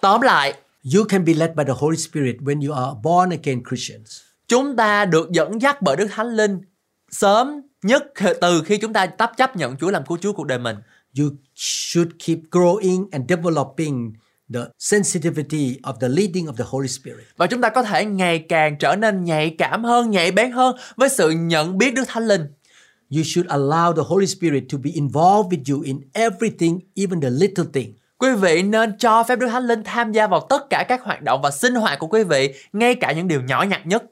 Speaker 1: Tóm lại,
Speaker 2: you can be led by the Holy Spirit when you are born again Christians.
Speaker 1: chúng ta được dẫn dắt bởi Đức Thánh Linh sớm nhất khi- từ khi chúng ta tấp chấp nhận Chúa làm cứu Chúa cuộc đời mình.
Speaker 2: You should keep growing and developing the sensitivity of the leading of the Holy Spirit.
Speaker 1: Và chúng ta có thể ngày càng trở nên nhạy cảm hơn, nhạy bén hơn với sự nhận biết Đức Thánh Linh.
Speaker 2: You should allow the Holy Spirit to be involved with you in everything, even the little thing.
Speaker 1: Quý vị nên cho phép Đức Thánh Linh tham gia vào tất cả các hoạt động và sinh hoạt của quý vị, ngay cả những điều nhỏ nhặt nhất.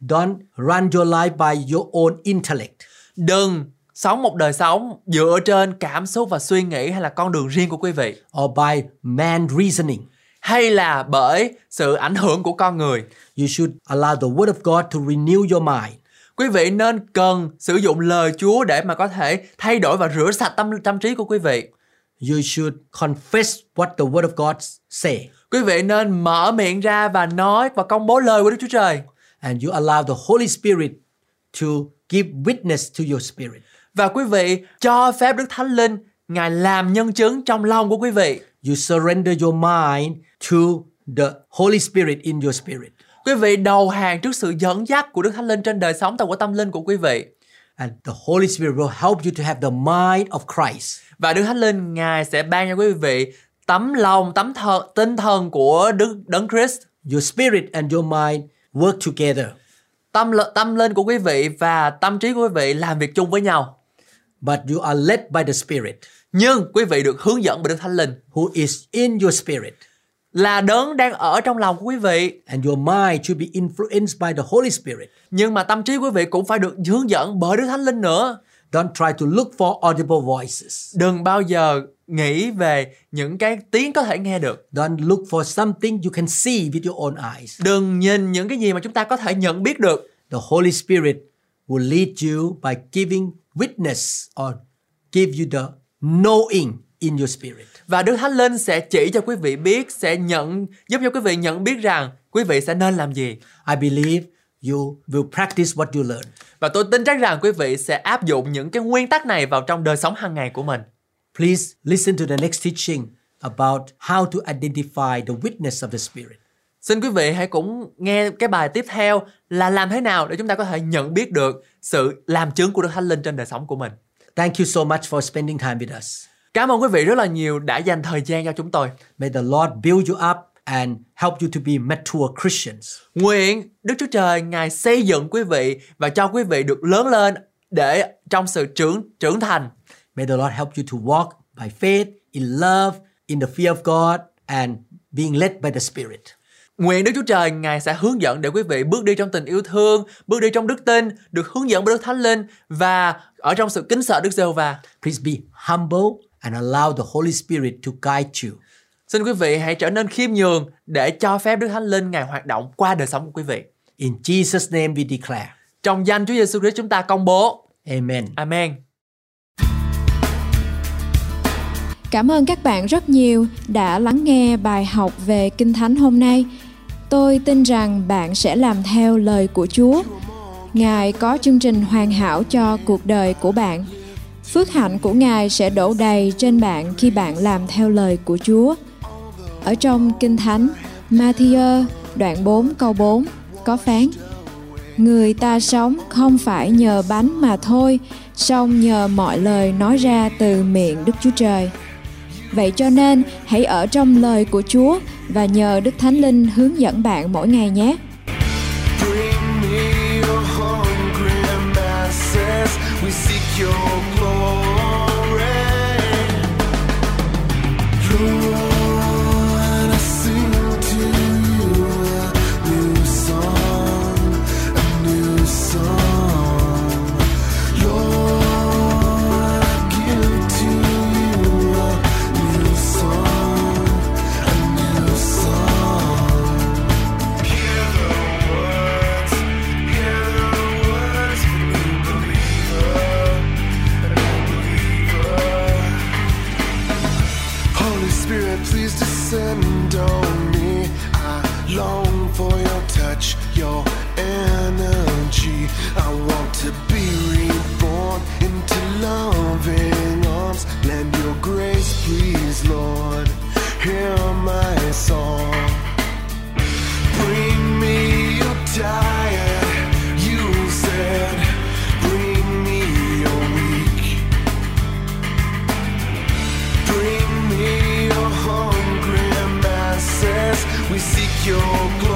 Speaker 2: Don't run your life by your own intellect.
Speaker 1: Đừng sống một đời sống dựa trên cảm xúc và suy nghĩ hay là con đường riêng của quý vị
Speaker 2: or by man reasoning.
Speaker 1: hay là bởi sự ảnh hưởng của con người.
Speaker 2: You should allow the Word of God to renew your mind.
Speaker 1: Quý vị nên cần sử dụng lời Chúa để mà có thể thay đổi và rửa sạch tâm tâm trí của quý vị.
Speaker 2: You should confess what the Word of God s- say,
Speaker 1: Quý vị nên mở miệng ra và nói và công bố lời của Đức Chúa Trời.
Speaker 2: and you allow the Holy Spirit to give witness to your spirit.
Speaker 1: Và quý vị cho phép Đức Thánh Linh Ngài làm nhân chứng trong lòng của quý vị.
Speaker 2: You surrender your mind to the Holy Spirit in your spirit,
Speaker 1: Quý vị đầu hàng trước sự dẫn dắt của Đức Thánh Linh trên đời sống và của tâm linh của quý vị.
Speaker 2: and the Holy Spirit will help you to have the mind of Christ.
Speaker 1: Và Đức Thánh Linh Ngài sẽ ban cho quý vị tấm lòng, tấm thần, tinh thần của Đức Đấng Christ
Speaker 2: Your spirit and your mind work together,
Speaker 1: tâm l- tâm linh của quý vị và tâm trí của quý vị làm việc chung với nhau
Speaker 2: but you are led by the Spirit
Speaker 1: nhưng quý vị được hướng dẫn bởi đức thánh linh
Speaker 2: who is in your spirit.
Speaker 1: là đấng đang ở trong lòng của quý vị
Speaker 2: and your mind should be influenced by the Holy Spirit.
Speaker 1: nhưng mà tâm trí quý vị cũng phải được hướng dẫn bởi đức thánh linh nữa
Speaker 2: Don't try to look for audible voices.
Speaker 1: đừng bao giờ nghĩ về những cái tiếng có thể nghe được
Speaker 2: Don't look for something you can see with your own eyes.
Speaker 1: đừng nhìn những cái gì mà chúng ta có thể nhận biết được
Speaker 2: The Holy Spirit will lead you by giving witness or give you the knowing in your spirit.
Speaker 1: và đức thánh linh sẽ chỉ cho quý vị biết sẽ nhận giúp cho quý vị nhận biết rằng quý vị sẽ nên làm gì
Speaker 2: I believe you will practice what you learn.
Speaker 1: và tôi tin chắc rằng quý vị sẽ áp dụng những cái nguyên tắc này vào trong đời sống hàng ngày của mình
Speaker 2: Please listen to the next teaching about how to identify the witness of the Spirit.
Speaker 1: Xin quý vị hãy cũng nghe cái bài tiếp theo là làm thế nào để chúng ta có thể nhận biết được sự làm chứng của Đức Thánh Linh trên đời sống của mình.
Speaker 2: Thank you so much for spending time with us.
Speaker 1: Cảm ơn quý vị rất là nhiều đã dành thời gian cho chúng tôi.
Speaker 2: May the Lord build you up and help you to be mature Christians.
Speaker 1: Nguyện Đức Chúa Trời Ngài xây dựng quý vị và cho quý vị được lớn lên để trong sự trưởng trưởng thành.
Speaker 2: May the Lord help you to walk by faith, in love, in the fear of God, and being led by the Spirit.
Speaker 1: Nguyện Đức Chúa Trời Ngài sẽ hướng dẫn để quý vị bước đi trong tình yêu thương, bước đi trong đức tin, được hướng dẫn bởi Đức Thánh Linh và ở trong sự kính sợ Đức Giê-hô-va.
Speaker 2: Please be humble and allow the Holy Spirit to guide you.
Speaker 1: Xin quý vị hãy trở nên khiêm nhường để cho phép Đức Thánh Linh Ngài hoạt động qua đời sống của quý vị.
Speaker 2: In Jesus' name we declare.
Speaker 1: Trong danh Chúa Giêsu Christ chúng ta công bố.
Speaker 2: Amen.
Speaker 1: Amen.
Speaker 3: Cảm ơn các bạn rất nhiều đã lắng nghe bài học về Kinh Thánh hôm nay. Tôi tin rằng bạn sẽ làm theo lời của Chúa. Ngài có chương trình hoàn hảo cho cuộc đời của bạn. Phước hạnh của Ngài sẽ đổ đầy trên bạn khi bạn làm theo lời của Chúa. Ở trong Kinh Thánh, Matthew đoạn 4 câu 4 có phán Người ta sống không phải nhờ bánh mà thôi, song nhờ mọi lời nói ra từ miệng Đức Chúa Trời. Vậy cho nên, hãy ở trong lời của Chúa và nhờ Đức Thánh Linh hướng dẫn bạn mỗi ngày nhé.
Speaker 4: Bring me your hungry masses. We seek your glory. Lord, I sing to you a new song, a new song. Lord, I give to you a new song, a new song. Hear the words, hear the words of a new believer, a new believer. Holy Spirit, please descend on me. I long for your touch, your energy. I want to be reborn into loving arms. Lend your grace, please, Lord. Hear my song. Bring me your diet, you said. Bring me your weak. Bring me your hungry masses. We seek your glory.